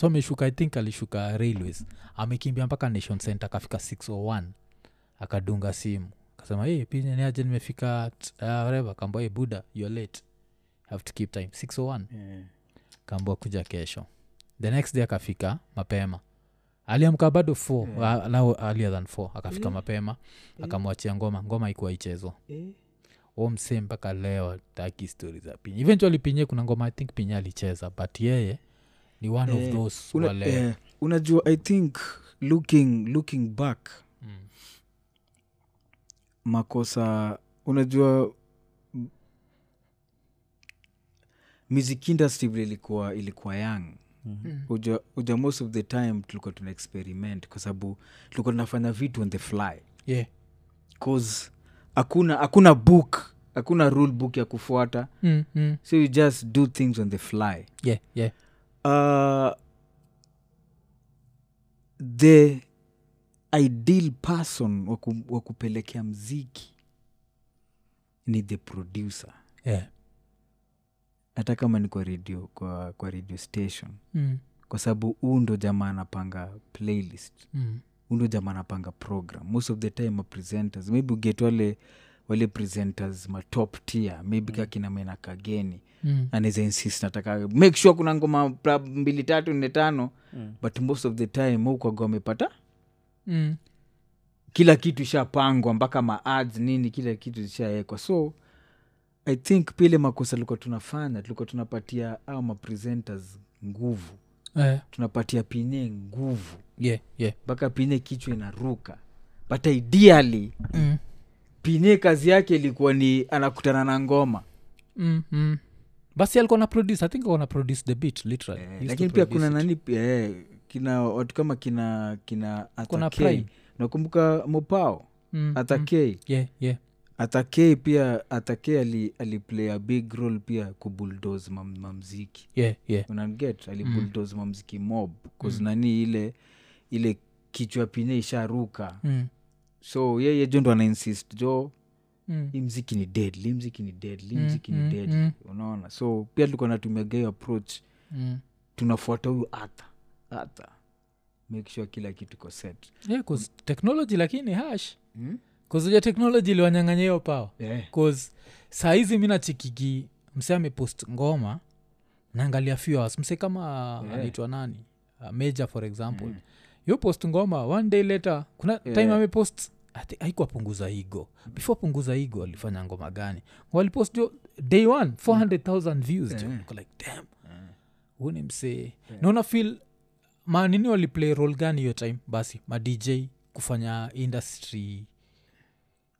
so ameshuka i think alishuka railways amekimbia mpaka nation center akafika 601 akadunga simu akasema hey, pineniaje nimefika uh, whatever kambwa hey, buda youare late have to keep time 601 Eh. kaambua kuja kesho the next day akafika mapema aliamka bado f yeah. earlier than f akafika yeah. mapema akamwachia ngoma ngoma ikuwa ichezwa Eh. o Oh, msee mpaka leo taki stori za pinye eventually pinye kuna ngoma i think pinye alicheza but yeye ni one Eh, of those Una- wale eh, unajua i think looking looking back Mm. makosa unajua m- music industry vile ilikuwa ilikuwa young Mm. uja, uja most of the time tulikuwa tuna experiment kwa sababu tulikuwa tunafanya vitu on the fly yeah. cause hakuna hakuna book hakuna rule book ya kufuata Mm, mm. so you just do things on the fly yeah yeah uh, the ideal person wa ku- wa kupelekea mziki ni the producer yeah hata kama ni kwa radio kwa, kwa radio station mm. kwa sababu huu ndo jamaa anapanga playlist Mm. huu ndo jamaa anapanga program most of the time ma presenters maybe uget wale wale presenters matop tier maybe kakina mena kageni Mm. anaweza insist nataka make sure kuna ngoma pra- mbili tatu nne tano Mm. but most of the time hukaga amepata Mm. kila kitu ishapangwa mpaka maads nini kila kitu zishawekwa so i think pile makosa tulikuwa tunafanya tulikuwa tunapatia au mapresenters nguvu Eh, tunapatia pinye nguvu yeah yeah mpaka pinye kichwa inaruka but ideally Mm. pinye kazi yake ilikuwa ni anakutana na ngoma Mm, mm. basi alikuwa na produce i think alikuwa na produce the beat literally He used to Eh, lakini pia kuna produce it. nani pi- eh, kina watu kama kina kina Kuna atakei Prime. nakumbuka mopao Mm, mm. atakei yeah yeah atakei pia atakei ali, aliplay a big role pia kubuldos mam, mamziki yeah yeah unamget alibuldos mm. mamziki mob mm. nani ile ile kichwa pinye isharuka mm. so yeye jo ndo anainsist jo Mm. hii mziki ni deadly hii mziki ni deadly hii Mm, mziki mm, ni deadly mm. unaona so pia tulikuwa natumiaga hiyo approach Mm. tunafuata huyu atha atha make sure kila kitu iko set yeah, 'cause technology lakini hash Mm. kuzuja technology iliwanyang'anya hiyo pawa yeah. bcause saa hizi mi nachikigi mse amepost ngoma naangalia few hours mse kama Yeah. anaitwa nani uh, major for example mm. yo post ngoma one day later kuna yeah. time Yeah. amepost I think haikuwa punguza igo before punguza igo alifanya ngoma gani walipost jo day one 400000 views jo Yeah. Niko like damn Ah. huu ni msee naona fil manini waliplay role gani hiyo time basi madj kufanya industry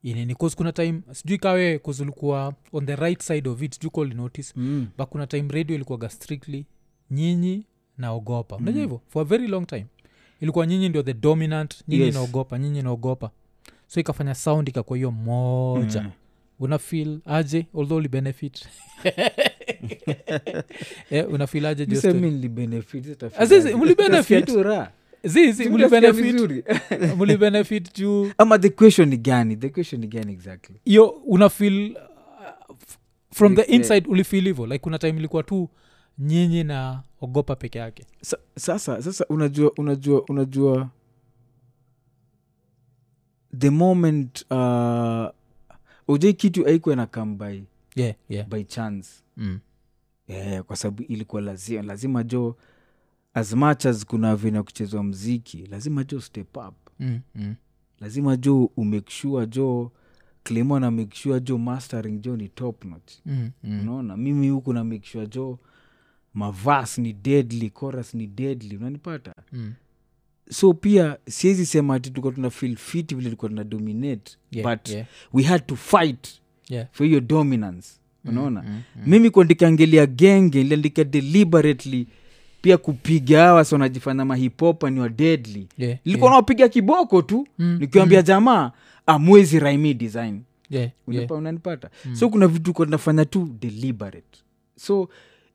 inini cause kuna time sijui kawe kuzulikuwa on the right side of it sijui kolinotice Mm. but kuna time radio ilikuwaga strictly nyinyi naogopa mnaja mm. hivyo for a very long time ilikuwa nyinyi ndio the dominant nyinyi Yes. naogopa nyinyi naogopa so ikafanya sound ikakuwa hiyo moja Hmm. mm. una feel aje although *laughs* ulibenefit yeah, una feel aje Mimi just Eh, sasa mimi nilibenefit, sasa Azizi, tafadhali. mlibenefit? Nasikia tu raha. zi zi mulibenefit *laughs* mulibenefit juu ama the question ni gani the question ni gani exactly yo unafil uh, f- from the Like, eh. inside ulifil hivo like kuna time ilikuwa tu nyinyi na ogopa peke yake Sa- sasa sasa unajua unajua unajua the moment uh, ujai kitu aikwe na kam by, yeah, yeah. by chance Mm. yeah, Eh, kwa sababu ilikuwa lazima lazima jo as much as kuna vina kuchezwa mziki lazima jo step up Mm, mm. lazima jo umake sure jo clemo na make sure jo mastering jo ni top notch Mm, mm. unaona mimi huku na make sure jo mavas ni deadly chorus ni deadly unanipata Mm. so pia siwezi sema ati tulikuwa tuna feel fit vile tulikuwa tuna dominate Yeah, but yeah, we had to fight yeah. for hiyo dominance unaona mm, mimi kuwa ndikangelia genge niliandika deliberately pia kupiga hawa so wanajifanya mahipopa ni wa deadly Yeah, nilikuwa nawapiga kiboko tu Mm, nikiwambia jamaa amwezi raimi design yeah, yeah. Mm. Unipa- unanipata so kuna vitu kwa nafanya tu deliberate so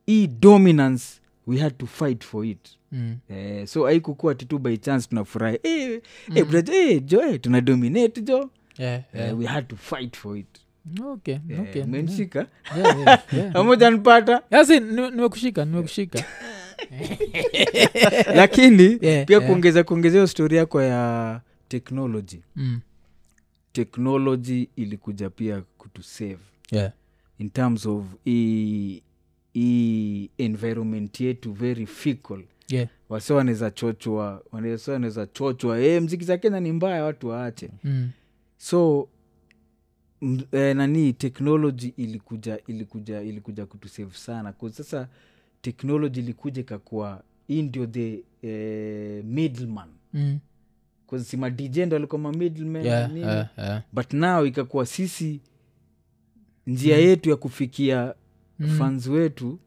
hii dominance we had to fight for it Mm. eh, so aikukua titu by chance tunafurahi eh, eh, brother, eh, jo eh, tuna dominate jo Yeah, Mm. yeah. eh, we had to fight for it Okay, okay. eh, menshika Yeah, yeah, yeah. *laughs* pamoja nipata Yasin, nime- nimekushika nimekushika *laughs* lakini Yeah, pia yeah. kuongeza kuongezea hiyo story yako ya technology Mm. technology ilikuja pia kutusave Yeah. in terms of hii hii environment yetu very fickle Yeah. wase wanaweza chochwa wanaweza wanaweza chochwa e, mziki za kenya ni mbaya watu waache Mm. so m, e, nani teknoloji ilikuja ilikuja ilikuja kutusave sana 'Cause sasa teknoloji ilikuja ikakuwa hii ndio the e, middleman Mm. 'Cause si madj ndo alikuwa ma middleman Yeah, na nini. yeah, yeah. but now ikakuwa sisi njia yetu ya kufikia Mm. fans wetu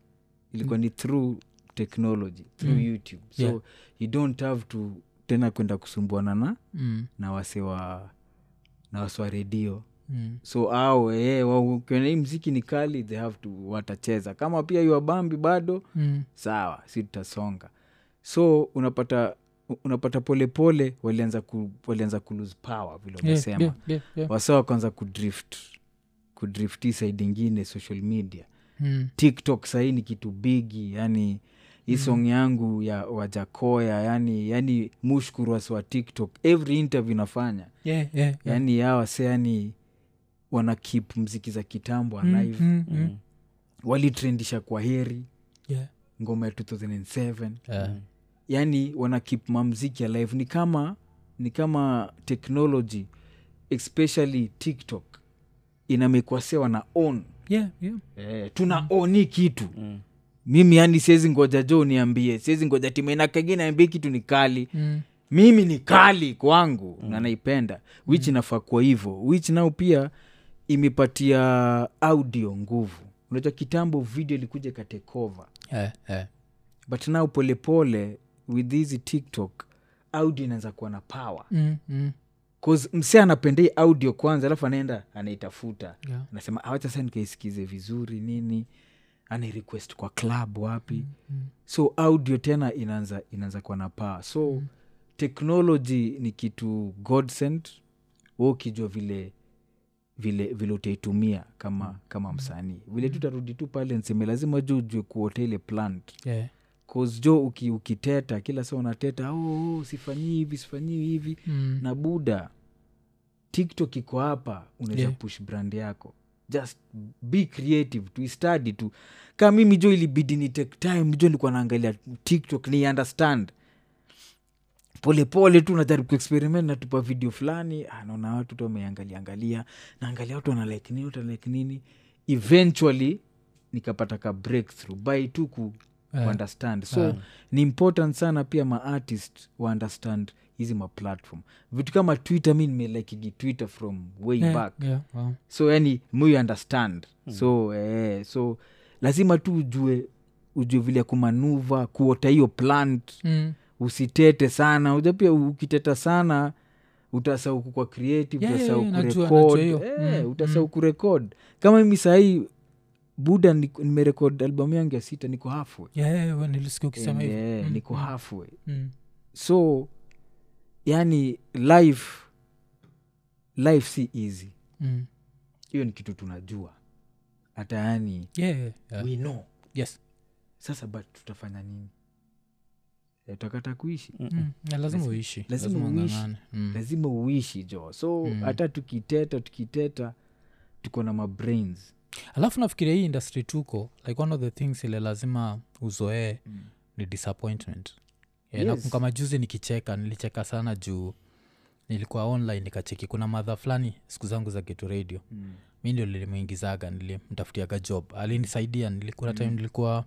ilikuwa ni through technology through Mm. youtube so Yeah. you don't have to tena kwenda kusumbuana na Mm. na wase wa na wase wa redio Mm. so au eh, wao ukiona hii mziki ni kali they have to watacheza kama pia yuwabambi bado Mm. sawa si tutasonga so unapata unapata polepole pole, walianza ku, walianza kulose power vile Yeah, umesema yeah, yeah, yeah. wasa wakaanza kudrift kudrift hii side ingine social media Mm. tiktok sahii ni kitu bigi yani hii song yangu ya wajakoya yani yani mushkuru wasi wa tiktok every interview nafanya Yeah, yeah, yeah. yani Yaani hawa wase yani wana keep mziki za kitambo Mm, alive mm, Mm-hmm. mm. walitrendisha kwa heri Yeah. ngoma ya 2007 Yeah. yani Yaani wana keep mamziki alive ni kama ni kama technology especially tiktok inamekwasewa na on Yeah, yeah. eh, tuna oni kitu mimi yani siwezi ngoja jo niambie siwezi ngoja timenakagi naambie kitu ni kali Mm. mimi ni kali kwangu na naipenda which inafaa kuwa hivyo which nao pia imepatia audio nguvu unajua kitambo video ilikuja katekova Yeah, yeah. but now polepole with hizi tiktok audio inaweza kuwa na power Mm, mm. bcause mse anapenda hii audio kwanza alafu anaenda anaitafuta Yeah. anasema awacha sa nikaisikize vizuri nini ana request kwa club wapi Mm. so audio tena inaanza inaanza kuwa na paa so mm. technology ni kitu godsend wa ukijua vile vile vile utaitumia kama kama msanii vile tutarudi tu pale nseme lazima juu ujue kuota ile plant Yeah. cause jo uki, ukiteta kila saa unateta oh, oh, sifanyii hivi sifanyii hivi Mm. na buda tiktok iko hapa unaweza Yeah. push brand yako just be creative tu study tu kama mimi jo ilibidi ni take time jo nilikuwa naangalia tiktok ni understand polepole tu najaribu kuexperiment natupa video fulani ah, naona watu tu wameangalia angalia naangalia watu wanalike nini watu wanalike nini eventually nikapata ka breakthrough by tu ku Eh. kuunderstand so ni important sana pia maartist waunderstand hizi maplatform vitu kama twitter mi nimelekigi twitter from way Yeah, back yeah, wow. so yani muyu understand so eh, so lazima tu ujue ujue vile ya kumanuva kuota hiyo plant Mm. usitete sana uja pia ukiteta sana utasau kukwa creative Yeah, utasau yeah, yeah, najua, kurekod najua hiyo. Eh, Mm, utasau kurekod kama mimi sahii buda ni- nimerekod albamu yangu ya sita niko halfway Yeah, yeah, yeah, nilisikia ukisema hivyo. Eh, Mm, niko mm, halfway mm. so yani life life si easy mm. hiyo ni kitu tunajua hata yani yeah, yeah, yeah. we know yes sasa but tutafanya nini Eh, utakata kuishi Mm-hmm. mm. na lazima Lazima- uishi lazima uishi. ung'ang'ane. mm. lazima uishi jo so Mm. hata tukiteta tukiteta tuko na mabrains alafu nafikiria hii industry tuko like one of the things ile lazima uzoee Mm. ni disappointment yeah, nakumbuka Yes. majuzi nikicheka nilicheka sana juu nilikuwa online nikacheki kuna madha fulani siku zangu za getu radio mm. mi ndio nilimuingizaga nilimtafutiaga job alinisaidia nilikuna Mm. time nilikuwa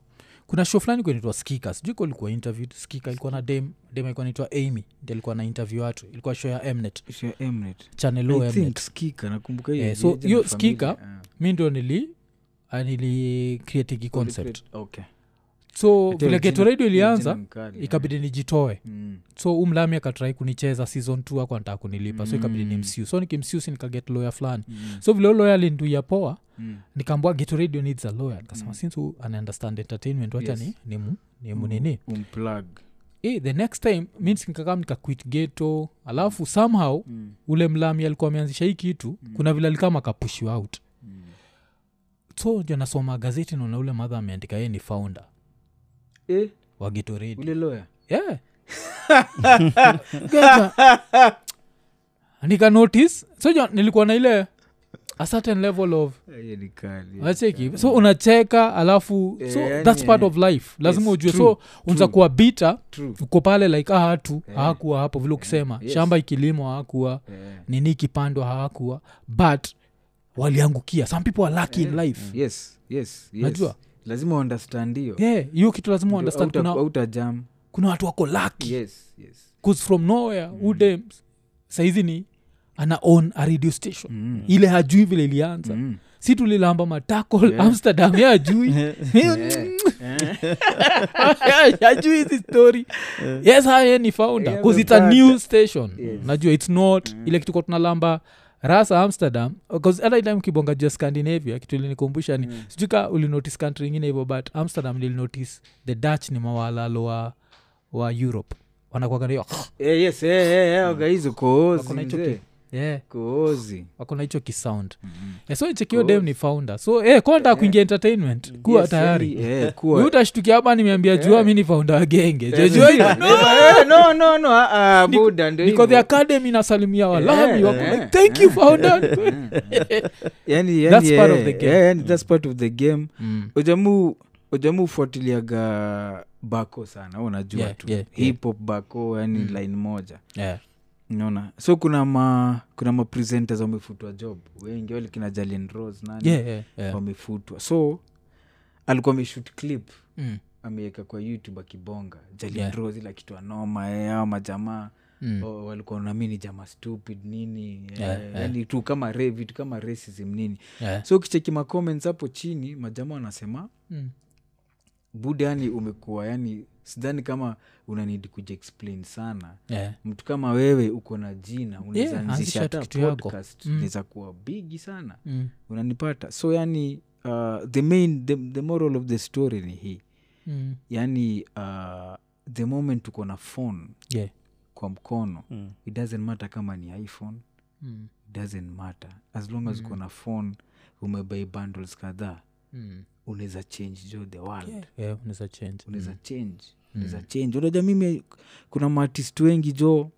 kuna show fulani kunaitwa skika sijui ka ilikuwa interviewed skika ilikuwa na dem dem alikuwa naitwa amy ndi alikuwa na interview watu ilikuwa show ya mnet Sio ya Mnet. channel o I think mnet skika nakumbuka hiyo Eh, so ilieje na hiyo familia. Skika- Ah. mi ndio nili nilicreatigi concept Okay. so Hata vile jina- geto radio ilianza jina mkali, eh. ikabidi nijitoe Mm. so umlami akatrai kunicheza season t ako anataka kunilipa so ikabidi Mm. nimsiu so nikimsiu si nikaget lawyer fulani Mm. so vile loya linduia poa Mm. nikaambua geto radio needs a lawyer nikasema Mm. since u anaunderstand entertainment wacha Yes. Mm. ni ni mu ni mu nini Umplug. Eh, the next time means nikakam nikaquit geto alafu somehow ule mlami alikuwa ameanzisha hii kitu Mm. kuna vile alikama akapush you out so ndio nasoma gazeti naona ule madha ameandika yeye ni founder Eh, wa geto radio ule lawyer. yeah. *laughs* Gaja. nika notice so jo, nilikuwa na ile a certain level of Ah, hiyo ni kali. wacheki so unacheka alafu so Eh, yani, that's part eh. of life lazima Yes, ujue true, so unza kuwa bita True. uko pale like ah, hatu Eh. hawakuwa hapo vile ukisema yes. shamba ikilimwa hawakuwa Eh, nini ikipandwa hawakuwa but waliangukia some people are lucky in life Eh, yes, yes, yes. Najua. lazima understand hiyo yeah hiyo kitu lazima Ndio understand hauta- kuna, hautajam. kuna watu wako lucky Yes, Mm. yes. 'Cause from nowhere ude saizi ni ana own a radio station Mm. ile hajui vile ilianza Mm. si tulilamba matako amsterdam ye *laughs* ajui Eh, eh. *laughs* ajui hizi story yes haye ni founder Yeah, 'cause it's a but- new station Yes. Mm. najua it's not ile kitu tunalamba rasa amsterdam 'Cause hata ile time kibonga juu ya scandinavia kitu ilinikumbusha ni Mm. sijui ka ulinotice country ingine hivyo but amsterdam nilinotice the dutch ni mawalalo wa, wa europe wanakuaganaiyo Eh, yes, eh, eh, eh, waga hizo koozi, Hmm. Wako na hicho mzee. ki- *sighs* yeah Koozi. wakona hicho kisound Mhm. yeah, so chekio dem ni founder so eh, kwa nataka kuingia entertainment kuwa Yes, tayari yani, eh, kuwa- Wewe utashtukia hapa nimeambia jua mi ni founder wa genge Eh, jojua *laughs* ndio. Eh, no, no, no, ah, ah, buda, ndio niko the hivyo. academy nasalimia walami Eh, wako eh, like thank you founder yani, yani, That's part of eh, the game. Hmm. eh, yani, that's part of the game *laughs* Mm, ojamu ojamu ufuatiliaga bako sana wewe unajua Yeah, tu yeah, Hmm. yeah. hip hop bako yani line moja yeah. naona so kuna ma kuna mapresenters wamefutwa job wengi wale kina Jalen Rose nani Yeah, yeah, yeah. wamefutwa so alikuwa ameshoot clip Mm, ameweka kwa youtube akibonga Jalen Yeah. Rose ila kitu anoma eh, au majamaa mm. O- walikuwa namini jamaa stupid nini eh, Yeah, yeah. yani tu kama re, vitu kama racism nini Yeah. so ukicheki macomments hapo chini majamaa wanasema Mm. buda yani umekuwa yani sidhani kama unanidi kujiexplain sana Yeah. mtu kama wewe uko na jina unaweza Yeah, anzisha anzisha hata kitu yako. podcast Mm. inaweza kuwa bigi sana Mm, unanipata so yani uh, the main the, the moral of the story ni hii mm. yani uh, the moment uko na phone Yeah. kwa mkono Mm. it doesn't matter kama ni iphone Mm, it doesn't matter as long as uko na phone umebai bundles kadhaa mm. unaweza change jo the world Yeah, yeah, unaweza change. unaweza change Mm. unaweza change unajua mimi kuna maartist wengi jo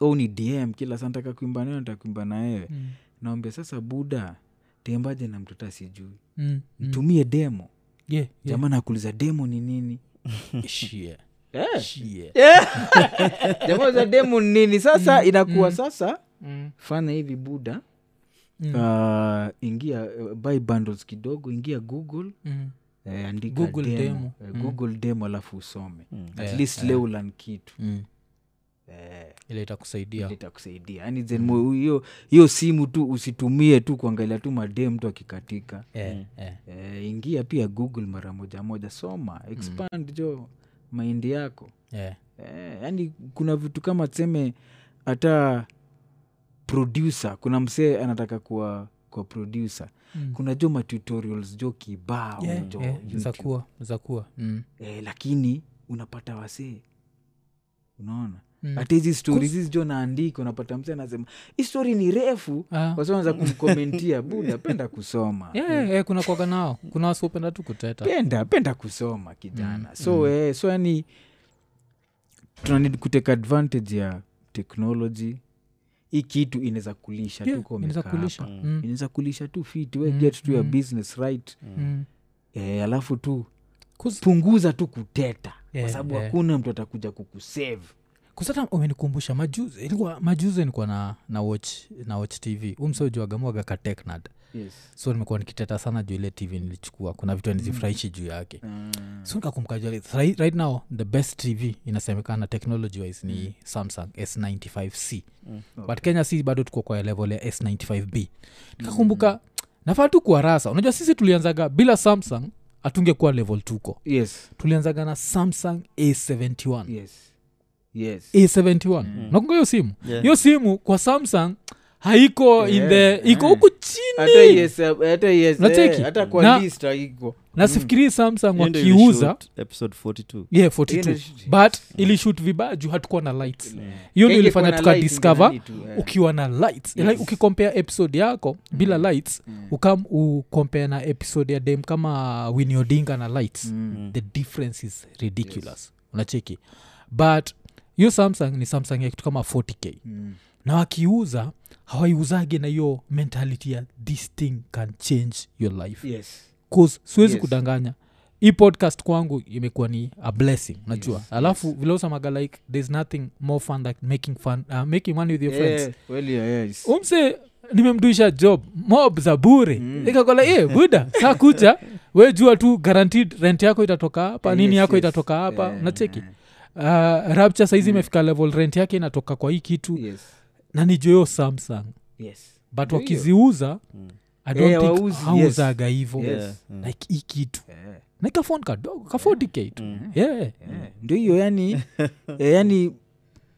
au ni dm kila saa ntaka kuimba nayo ntakuimba na wewe Mm, naambia sasa buda tembaje na mtoto asijui mm, mm. mtumie demo Yeah, yeah. jamaa nakuuliza demo ni nini *laughs* Shie, shie. jamaa za demo ni nini sasa inakuwa sasa Mm, fanya hivi buda Mm. Uh, ingia uh, buy bundles kidogo ingia google mm. eh, andika Google demo, demo. Eh, Mm. google demo alafu usome at Yeah, least yeah. leo ulan kitu Mm. eh, ile itakusaidia litakusaidia yani Mm. then mo- hiyo hiyo simu tu usitumie tu kuangalia tu madem tu akikatika Eh, eh. eh, ingia pia google mara moja moja soma Mm. expand jo maindi yako Yeah. eh, yani kuna vitu kama tuseme hata producer kuna msee anataka kuwa kwa producer Mm. kuna jo matutorials jo kibao Yeah, jo yeah, YouTube. za kuwa za kuwa mm. eh, lakini unapata wasee unaona Mm. hata hizi stori hizi jo naandika unapata mse anasema hii stori ni refu Ah. wasoanza kumkomentia buda penda kusoma Yeah, yeah, yeah, kuna kwaga nao kuna wasiopenda tu kuteta penda penda kusoma kijana Mm, so eh, so yani tunanid kuteka advantage ya technology hii kitu inaweza kulisha Yeah, tu kwa inaweza umekaa kulisha hapa. Mm, inaweza kulisha tu fit we get to your business right mm. eh, alafu tu 'Cause- punguza tu kuteta Yeah, kwa sababu yeah. hakuna mtu atakuja kukusave 'Cause eh, hata umenikumbusha majuzi ilikuwa majuzi nikuwa na, na watch na watch tv umseujuagamuaga kateknad yes. so nimekuwa nikiteta sana juu ile tv nilichukua kuna vitu nizifurahishi juu yake Ah. Mm. so nikakumbuka right, right now the best tv inasemekana technology wise ni Mm. samsung s95c but kenya si bado tuko kwa level ya s95b Mm. nikakumbuka nafaa tu kuwa rasa unajua sisi tulianzaga bila samsung hatungekuwa level tuko yes tulianzaga na samsung a71 yes yes a71 nakunga hiyo simu hiyo Mm. Yeah. simu kwa samsung haiko in the Yeah, Mm. iko eh. huku hata chini yes, hata yes, Unacheki? eh, hata kwa Na- list haiko na sifikirii samsung Mm. Hiyo ndio ilishoot wakiuza episode 42 yeah Ile 42 sh- but Mm. ilishut vibaya juu hatukuwa na lights hiyo ndio Kenya ilifanya iko na tuka light, discover ndio nani tu, eh. ukiwa na lights yes. like, ukikompea episode yako bila Mm. lights Mm. ukam ukompea na episode ya dem kama winiodinga na lights Mm. Mm. Mm-hmm. the difference is ridiculous unacheki but hiyo samsung ni samsung ya kitu kama 40k Mm. na wakiuza hawaiuzage na hiyo mentality ya this thing can change your life yes cause siwezi Yes. kudanganya hii podcast kwangu imekuwa ni a blessing unajua Yes, alafu vile usamaga like thereis nothing more fun than making fun uh, making money with your friends Oh, Eh, well, yeah, yes. umse nimemduisha job mob za bure Mm. ikakola *laughs* e buda saa kucha we jua tu guaranteed rent yako itatoka hapa nini Yes, yako yes. Mm. itatoka hapa Eh, unacheki uh, rapture saizi imefika level rent yake inatoka kwa hii kitu yes. na nijoyo samsung yes. but Ndio hiyo. wakiziuza I don't Eh, think wauzi, yes. Mm. hauzaga hivo Yes. like hii kitu Eh, nikafon kadogo ka 40k tu yeah. eh. ndio hiyo *laughs* yani eh, yani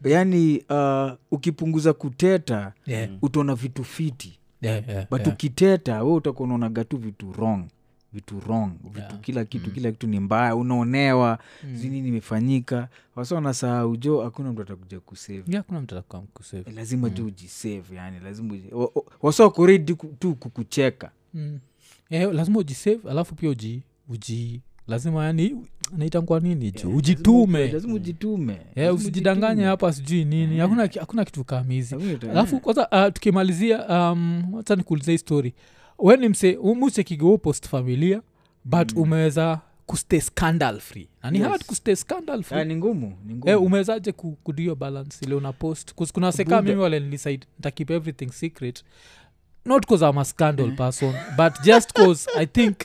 eh, yani uh, ukipunguza kuteta Yeah. utaona vitu fiti Yeah, Mm. yeah, Mm. but yeah. ukiteta we utakuwa unaonaga tu vitu wrong vitu wrong vitu Yeah. Mm. kila kitu kila kitu ni mbaya unaonewa mm. zinini imefanyika wasa wanasahau jo hakuna mtu atakuja kusave Yeah, kuna mtu atakuwa mkusave. lazima tu ujisave yani lazima uji- wa- wa- wasa wako ready ku- tu kukucheka Mm. Eh, lazima ujisave alafu pia uji uji lazima yani naitankwa nini ju ujitume Eh, lazima ujitume Eh, Lazima Eh. usijidanganye ujitume. hapa sijui nini hakuna, ki- hakuna kitu kamizi Lazima uta- alafu kwanza uh, tukimalizia um, wacha nikuulize hii story we ni mse musekigeo post familia but umeweza kustay scandal free nani Mm. Yes. hard kustay scandal free Ah, ni ngumu ni ngumu. Eh, umewezaje ku- kudio balance ile una post 'Cause kuna seka mimi wale nilicide ntakeep everything secret not cause i'm a scandal Mm. person but just *laughs* cause i think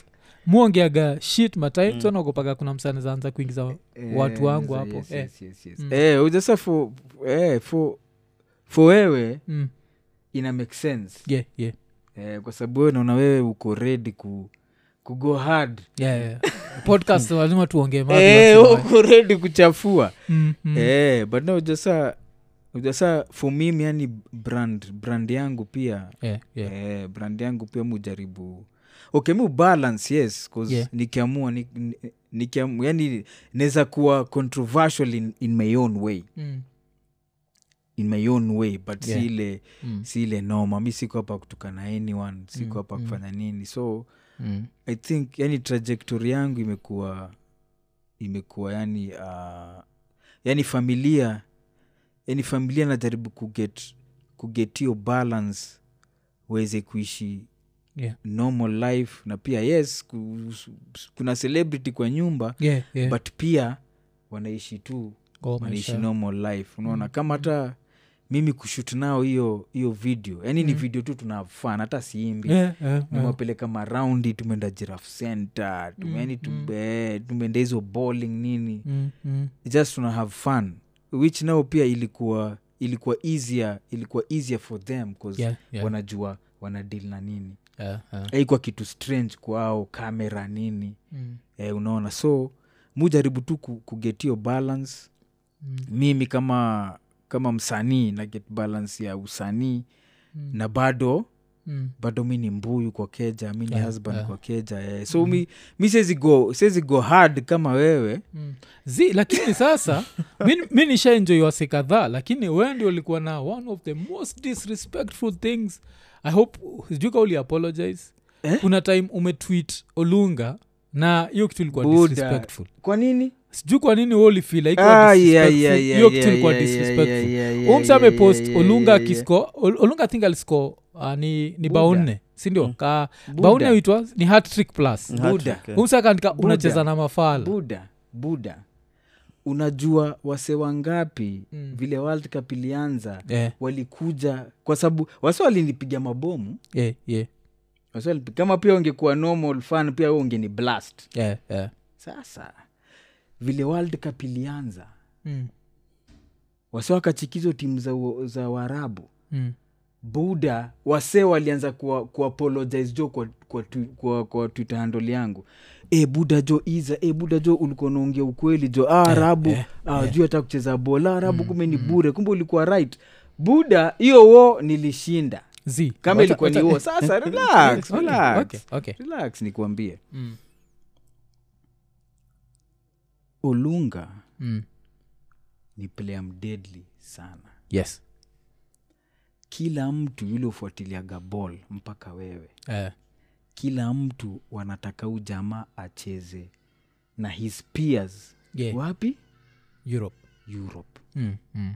muongeaga shit matim mm. sonagopaga kuna msanezaanza kuingiza Eh, watu wangu yes, hapo yes, eh. yes, yes, yes. Eh, ujasa fo eh, fo fo wewe Mm. ina make sense Yeah, yeah. eh, kwa sababu wewe naona wewe uko redi ku kugo hard Yeah, yeah. *laughs* podcast lazima tuongee mambo Eh, ya- uko redi kuchafua Mm, mm. eh, but no ujasa ujasa for mimi yani brand brand yangu pia Yeah, yeah. eh, brand yangu pia mujaribu okay mi balance yes cause Yeah. nikiamua ni, ni, nikiam- yani naweza kuwa controversial in, in my own way Mm, in my own way but Yeah. si ile mm, si ile noma mi siko hapa kutukana anyone siko hapa kufanya nini so mm. i think yani trajectory yangu imekuwa imekuwa yani uh, yani familia yani familia najaribu kuget kuget hiyo balance weze kuishi Yeah. normal life na pia yes ku- kuna celebrity kwa nyumba Yeah, yeah. but pia wanaishi tu Kwa wanaishi maisha. Mm-hmm. normal life unaona kama hata mimi kushut nao hiyo hiyo video yani Mm-hmm. ni video tu tunafana hata siimbi Yeah, yeah, yeah. nimewapeleka maraundi tumeenda giraffe center tumeni tumbe tumeenda hizo bowling nini Mm, mm. just tuna have fun which nao pia ilikuwa ilikuwa easier ilikuwa easier for them cause Yeah, yeah. wanajua wanadil na nini Yeah, yeah. haikuwa kitu strange kwao kamera nini Mm. eh, unaona so mujaribu tu ku- kuget hiyo balance mm. mimi kama kama msanii na get balance ya usanii mm. na bado mm. bado mi ni mbuyu kwa keja mi ni Yeah, husband yeah. kwa keja eh. so mi, mi siwezi go siwezi go hard kama wewe Mm. zi lakini *laughs* sasa mi- mi nishaenjoi wasi kadhaa lakini we ndio ulikuwa na one of the most disrespectful things i hope sijuka uli apologize Eh? kuna time umetwit olunga na hiyo kitu ilikuwa Buda. disrespectful kwa nini sijuu kwa nini we ulifila Ah, hiyo yeah, yeah, yeah, kitu yeah, ilikuwa yeah, disrespectful yeah, yeah, yeah, umsa yeah, amepost yeah, yeah, olunga yeah, yeah. akisco olunga think alisco uh, ni, ni bao Buda. nne sindio Mm. ka Buda, bao nne huitwa ni hattrick plus Buda. Hat-trick, eh. umsa kaandika Buda. unacheza na mafala buda buda unajua wase wangapi Mm. vile world cup ilianza yeah, walikuja kwa sababu wase walinipiga mabomu yeah, yeah, Wase walinipiga- kama pia ungekuwa normal fan pia wewe ungeni blast yeah, yeah. sasa vile world cup ilianza Mm, wase wakachikizwa timu za, wa- za waarabu mm, buda wasee walianza kuwa- kuapologize jo kwa, kwa, tu- kwa, kwa twitter handle yangu e buda jo iza e buda jo ulikuwa unaongea ukweli jo ah, arabu eh, Mm, ah, juu hata kucheza bola arabu kumbe ni bure kumbe ulikuwa right buda hiyo wo nilishinda zi kama wacha- ilikuwa ni wacha- wo *laughs* sasa relax, Okay, relax. okay, okay. relax nikuambie Mm, olunga mm. ni player mdeadly sana yes kila mtu yule ufuatiliaga ball mpaka wewe Eh, kila mtu wanataka huu jamaa acheze na his peers yeah, wapi europe europe Mm, mm.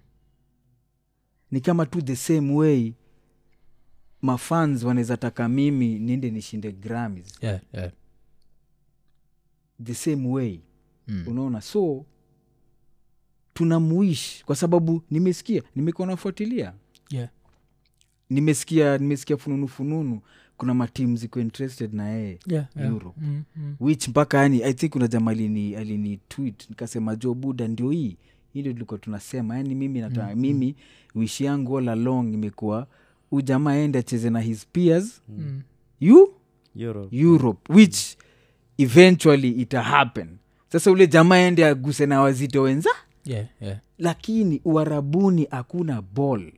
ni kama tu the same way mafans wanaweza taka mimi niende nishinde grammys Yeah, yeah. the same way Mm. unaona so tunamuishi kwa sababu nimesikia nimekuwa nafuatilia Yeah. nimesikia nimesikia fununu fununu kuna matimu ziko interested na yeye Yeah, yeah. Europe. Mm, mm. which mpaka yani i think kuna jama alini, alini tweet nikasema jo buda ndio hii hii ndio tulikuwa tunasema yani mimi nata, mm. mimi wishi yangu all along imekuwa huu jamaa aende acheze na his peers Mm. you Europe. europe which eventually ita happen sasa ule jamaa aende aguse na wazito wenza Yeah, yeah. lakini uharabuni hakuna ball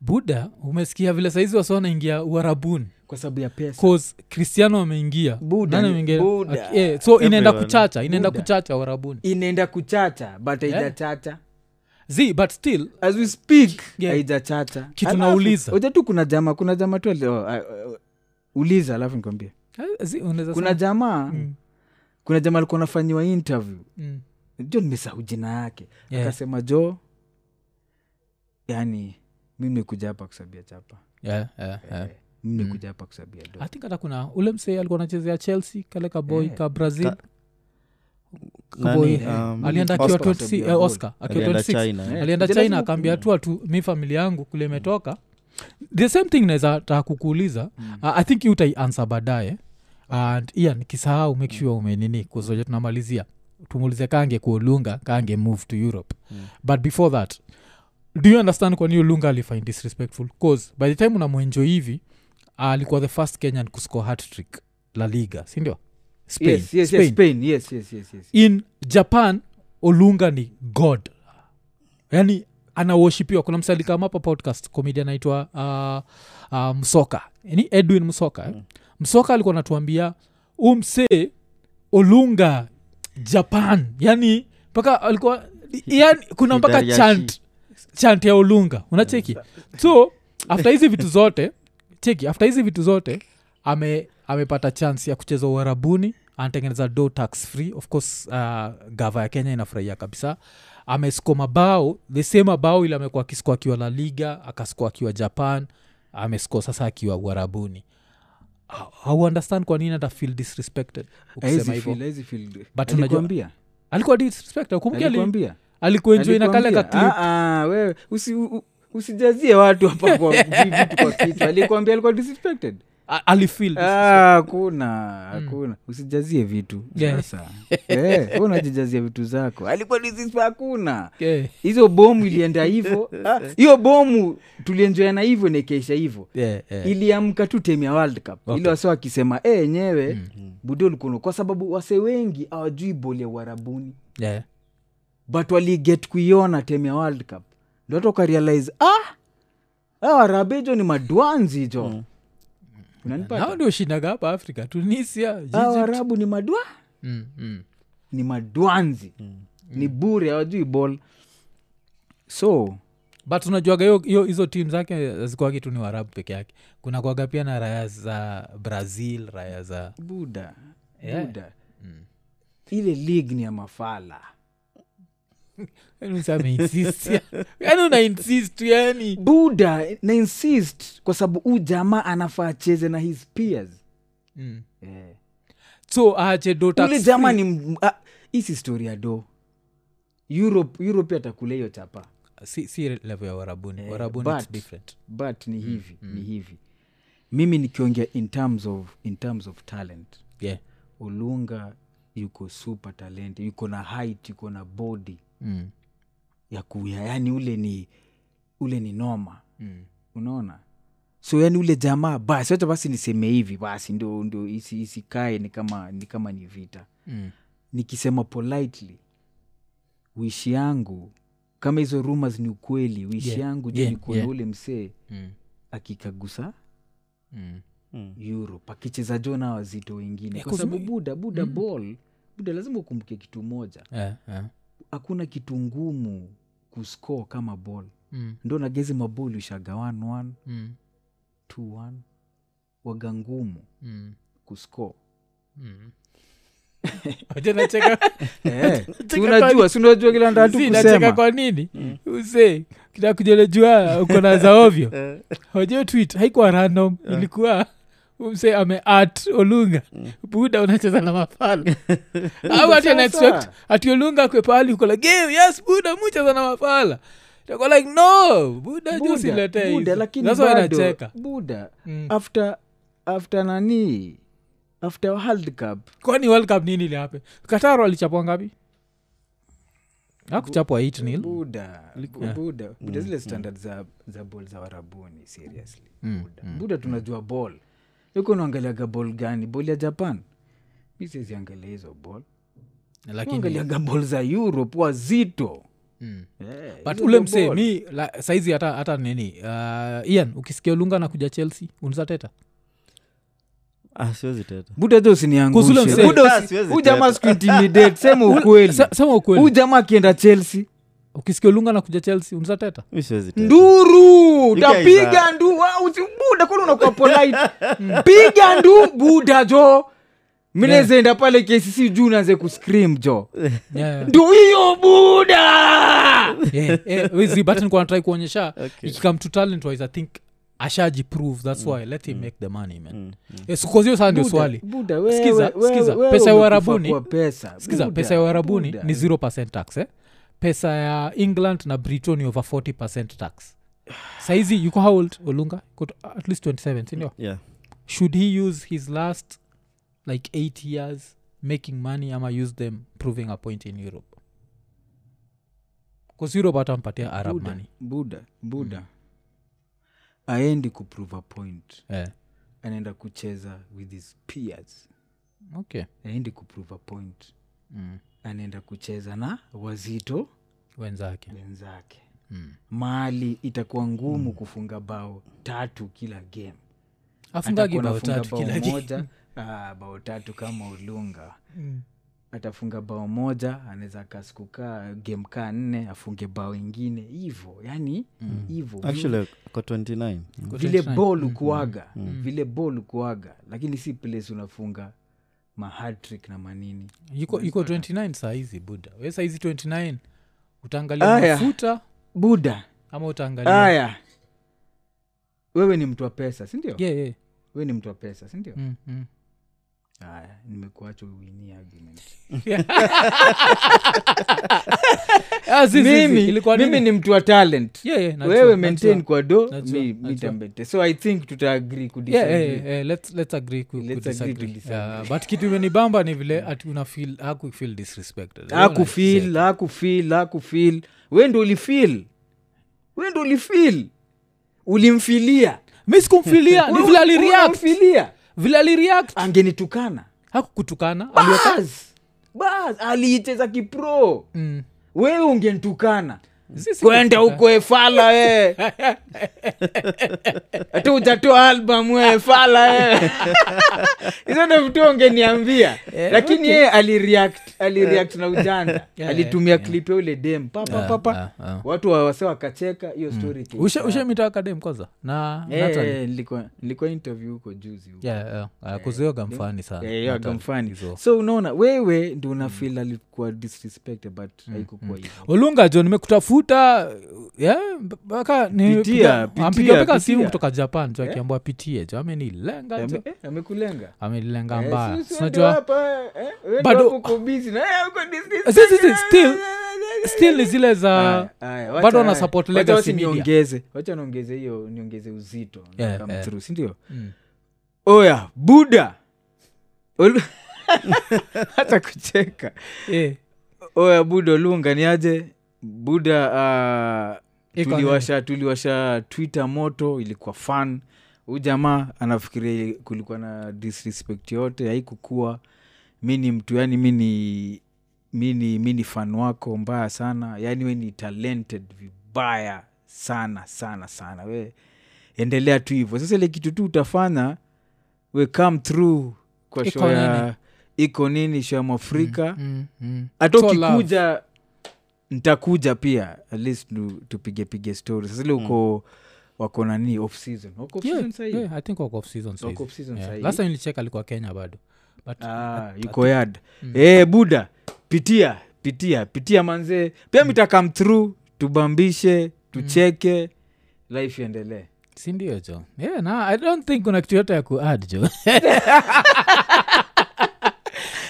buda umesikia vile saizi wasi wanaingia uharabuni kwa sababu ya pesa cause cristiano ameingia Buda Nani ni- ameingia? Buda. Aki- eh, so inaenda Everyone. kuchacha inaenda Buda. kuchacha uharabuni inaenda kuchacha but haijachacha z but still as we speak Yeah. haijachacha Kitu Alafu, nauliza. hoja tu kuna jamaa kuna jamaa tu ali- oh, ah, ah, uliza alafu nikwambia eh, zi, unaweza kuna sema- jamaa Mm, kuna jamaa alikuwa anafanyiwa interview mm. jo nimesahau jina yake Yeah, akasema jo yani mi nimekuja hapa kusabia chapa yeah, yeah, yeah. mi nimekuja hapa kusabia do i think hata kuna ule msee alikuwa anachezea chelsea kale kaboy Eh. ka brazil Ka- kaboy Nani, um, alienda akiwa Oscar. 20 eh, Oscar, akiwa Alienda 26. China, eh. Eh, alienda ndio china lazima akaambia tu watu mi familia yangu kule Mm. imetoka the same thing naweza taa kukuuliza Mm. uh, i think hii utaiansa baadaye and iya nikisahau Mm. make sure umenini kusoja tunamalizia tumuulize kange kuolunga kange move to europe mm. but before that do you understand kwani olunga alifind disrespectful cause by the time unamwenjo hivi ah, alikuwa the first kenyan kuscore hattrick la liga sindio spain, Yes, yes, yes, Spain, yes, yes, yes, yes. in japan olunga ni god yani anawoshipiwa kuna msalikamapa podcast komedia anaitwa uh, uh, msoka ni edwin msoka eh? msoka alikuwa anatuambia umsee olunga japan yani mpaka alikuwa yani kuna mpaka Hidariashi. chant chant ya olunga unacheki so after hizi vitu zote cheki after hizi vitu zote ame amepata chance ya kucheza uharabuni anatengeneza do tax free of course uh, gava ya kenya inafurahia kabisa amesko mabao the same mabao ile amekuwa akisko akiwa la liga akasko akiwa japan amesko sasa akiwa uharabuni Ha- hauundestand kwa nini ata feel disrespected ukisema Haezi feel, hivyo haezi feel. But unajua- Alikuambia? alikuwa disrespected kumbuka Alikuambia? alikuenjoi na kale Alikuambia, ka clip "Ah, ah, wewe usi- u- u- usijazie watu hapa *laughs* kwa vitu kwa kichwa alikuambia alikuwa disrespected A- alifeel dis- Ah, hakuna hakuna usijazie *laughs* vitu Yeah. sasa Eh, wewe unajijazia vitu zako alikuwa disrespect- hakuna Yeah. hizo bomu ilienda hivo Ah, hiyo bomu tulienjoana hivyo nikaisha hivo Yeah, yeah. iliamka tu tem ya world cup okay. ili wase wakisema "Eh, yenyewe mm. budeulikuno kwa sababu wase wengi hawajui boli ya uharabuni Yeah. but waliget kuiona tem ya world cup ndo hata ukarealize ah arabe hijo ni madwanzi hijo Mm. unanipata hao ndio shindaga hapa afrika tunisia Hao Egypt. arabu ni madwa Mm, mm. ni madwanzi ni bure hawajui bol so but unajuaga hiyo- hiyo- hizo tim zake zikuagi tu ni warabu peke yake kuna kuaga pia na raya za brazil raya za buda Yeah. buda Mm. ile league ni ya mafala Yaani msee ameinsist. *laughs* Yaani una insist, yaani. buda na insist kwa sababu huu jamaa anafaa acheze na his peers Eh. Mm. yeah. so aache do tax ule free. jama ni m- ah, hii si story ya do europe europe atakula hiyo chapa si, si level ya warabuni Eh, warabuni it's but- different but ni hivi mm. ni hivi mimi nikiongea in terms of in terms of talent yeah. olunga yuko super talent yuko na height yuko na body mm. ya kuya yani ule ni ule ni noma Mm. unaona so yani ule jamaa basi wacha basi niseme hivi basi ndio ndio isi- isikae ni kama ni kama ni vita Mm. nikisema politely wishi yangu kama hizo rumors ni ukweli wishi Yeah, yangu juu yeah, ni kuona yeah. ule msee Mm. akikagusa Mm. Mm. europe akicheza jo na wazito wengine Eh, Mm. kwa kwa sababu sababu- buda buda ball buda lazima ukumbuke kitu moja Eh, eh. hakuna kitu ngumu kuscore kama ball Mm. ndo nagezi maboli ushaga 1 Mm. 2 waga ngumu Mm. *laughs* kuscore *laughs* Mm. Wacha nacheka- eh, si kwa- unajua si unajua kila ndaa tu si, nacheka kusema Mm. kwa nini use kitakujelejua uko na za ovyo Eh, hojo tweet haikuwa random ilikuwa umse ame at olunga Mm. buda unacheza na *laughs* mafala au ati ana Sasa. expect ati olunga kwe pahali uko like "Yeah, yes buda mucheza na mafala Itakuwa like no buda Buda, jusilete buda, lakini bado, nacheka buda Mm. after after nani after world cup kwani world cup nini iliape kataro alichapwa ngapi akuchapwa 8 nil buda Ah. bu- buda buda zile standard za za bol za warabuni seriously buda buda tunajua bol iko naangaliaga bol gani bol ya japan mi siziangalia hizo bol angaliaga bol za europe wazito Eh, mm. but hizo ule ndio msee ball. mi la, saizi hata hata nini uh, ian ukisikia olunga na kuja chelsea unzateta ah, siwezi teta buda jo Kuhusu ule msee. Ah, siwezi usiniangusheu jamaa teta. sikuintimidate sema ukweli Sa- sema huu ukweli jamaa akienda chelsea ukisikia ulunga na kuja chelsea unzateta mi siwezi teta nduru guys tapiga are- ndu wa- usi- buda kwani unakuwa polite piga ndu buda jo minezeenda pale kcc juu naanze kuskrim jo yeah. ndu hiyo buda *laughs* yeah. yeah. wizi but nilikuwa natrai kuonyesha Okay. ikikam to talent wise i think ashajiprove thats why let him make the money man Mm, Eh, sikuwa hiyo saa ndio swali Buda, wewe- Sikiza, wewe- sikiza. wewe Pesa ya umekufa Uarabuni- kwa pesa. sikiza Buda, pesa ya uarabuni Buda. ni 0 tax eh? pesa ya england na britain ni over 40 tax *sighs* saizi yuko how old olunga Yuko t- at least 27 sindio yeah. should he use his last like 8 years making money ama use them proving a point in europe bcause europe atampatia arab Buda, money buda buda Mm. aendi kuprove a point eh. anaenda kucheza with his peers okay aendi kuprove a point mm. anaenda kucheza na wazito wenzake wenzake mm. mali itakuwa ngumu kufunga bao tatu kila game afungagi Atakuwa bao anafunga tatu bao kila game. moja *laughs* ah, bao tatu kama ulunga atafunga bao moja anaweza kaa siku kaa game kaa nne afunge bao ingine hivo yani Hmm. hivo actually kwa 29 mm. Kwa vile 29. bol ukuaga Hmm. vile bol ukuaga lakini si place unafunga mahatrik na manini yuko yuko 29 sahizi buda we sahizi 29 utaangalia Aya. mafuta buda ama utaangalia haya wewe ni mtu wa pesa sindio yeah, yeah. wewe ni mtu wa pesa sindio Mm, mm. *laughs* haya nimekuacha uini argument Ah, si, si, si. mimi, Ilikuwa nini? mimi ni mtu wa talent Yeah, yeah, najua, wewe najua. maintain kwa do Najua, mi najua. mitambete so i think tutaagri Yeah, yeah, yeah, yeah, let's- let's agree ku- Let's ku agree to disagree. disagree. Yeah, but kitu imenibamba ni vile ati unafil akufil disrespected akufil akufil akufil we ndo ulifil we ndo ulifil ulimfilia mi *laughs* sikumfilia ni Wewe vile ulikuwa alireact unamfilia. vile alireact angenitukana hakukutukana bas bas aliicheza kipro Mm. wewe ungenitukana kwenda huko efala e *laughs* hata utatoa album we efala *laughs* e hizo ndo vitu ungeniambia Eh, lakini yeye alireact alireact *laughs* na ujanda alitumia klip ya ule dem Ah, papapapa watu wawase wakacheka hiyo Mm. story ikaisha. ushemitawakadem kwanza na Eh, Natalie. eh, nilikuwa nilikuwa interview huko juzi huko Yeah, eh, yeah, yeah. kuzuioga mfani sana Eh, hiyo Natalie. agamfani. Hizo. Mm. so unaona wewe ndi una feel alikuwa disrespected but haikukuwa hivyo. olunga jo nimekutafuta yeah, mpaka ni- Pitia, piga- pitia, ampigapiga simu pitia. kutoka japan jo akiambua pitie jo amenilenga jo Ame- eh, amekulenga amenilenga Eh, mbaya si- si sinajua ndio hapa, eh, wewe Bado- ndio uko busy na, eh, uko disrespect- Si- si- si, still- *laughs* still ni zile za Aya, aya, bado wacha- wana support wacha legacy wasi media. niongeze wacha niongeze hiyo niongeze uzito na Yeah, come yeah. through, si ndio Mm. oya buda Olu- *laughs* hata kucheka Eh, oya buda olunga ni aje buda ah, Iko tuliwasha tuliwasha twitter moto ilikuwa fun huu jamaa anafikiria kulikuwa na disrespect yote haikukua mi ni mtu yani mi ni mi ni mi ni fan wako mbaya sana yani we ni talented vibaya sana sana sana we endelea tu hivyo sasa ile kitu tu utafanya we come through kwa Iko show nini? ya iko nini show ya mwafrika mm, mm. hata It's all love. ukikuja ntakuja pia at least tu- tupige pige story sasile uko wako nani off season wako off Mm. Yeah, season sahii yeah, Eh, i think wako off season Wako off sahizi. season Yeah. sahizi. last time nilicheka alikuwa kenya bado but ah, yuko yad Mm. Eh, buda pitia pitia pitia manzee pia Mm. mitakam through tubambishe tucheke Mm. life iendelee sindio jo yeah, na i don't think kuna kitu yote ya kuad *laughs* jo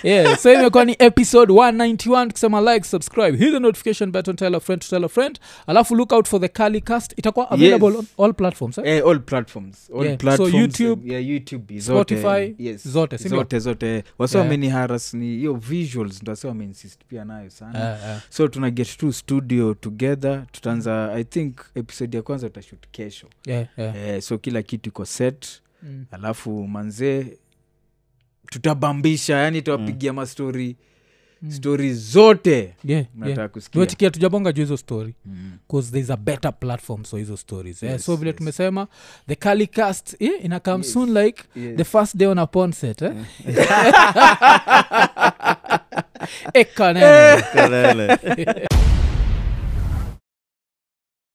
yeah, so imekuwa ni episode 191 kusema like subscribe hit the notification button tell a friend to tell a friend alafu look out for the calicast itakuwa available Yes. on all platforms eh? eh, all platforms, all Yeah, so platforms YouTube, yeah, YouTube, Spotify, zote, yes, zote, si ndio? zote zote wasi wameniharas ni hiyo visuals ndo wasi wameinsist pia nayo sana Ah, ah. so tuna get to studio together tutaanza i think episode ya kwanza utashut kesho Yeah, yeah. eh, so kila kitu iko set Mm. alafu manzee tutabambisha yani tutawapigia mm. mastori mm. stori zote Yeah, mnataka yeah. kusikia. Mm. tuachikia tujabonga juu hizo story bcause thereis a better platform so hizo stories eh? Yes, so vile yes. tumesema the calicast yeah, ina come Yes, soon like yes. the first day on a pon set *laughs* eh? *laughs* ekanene Eh, Eh. Kelele.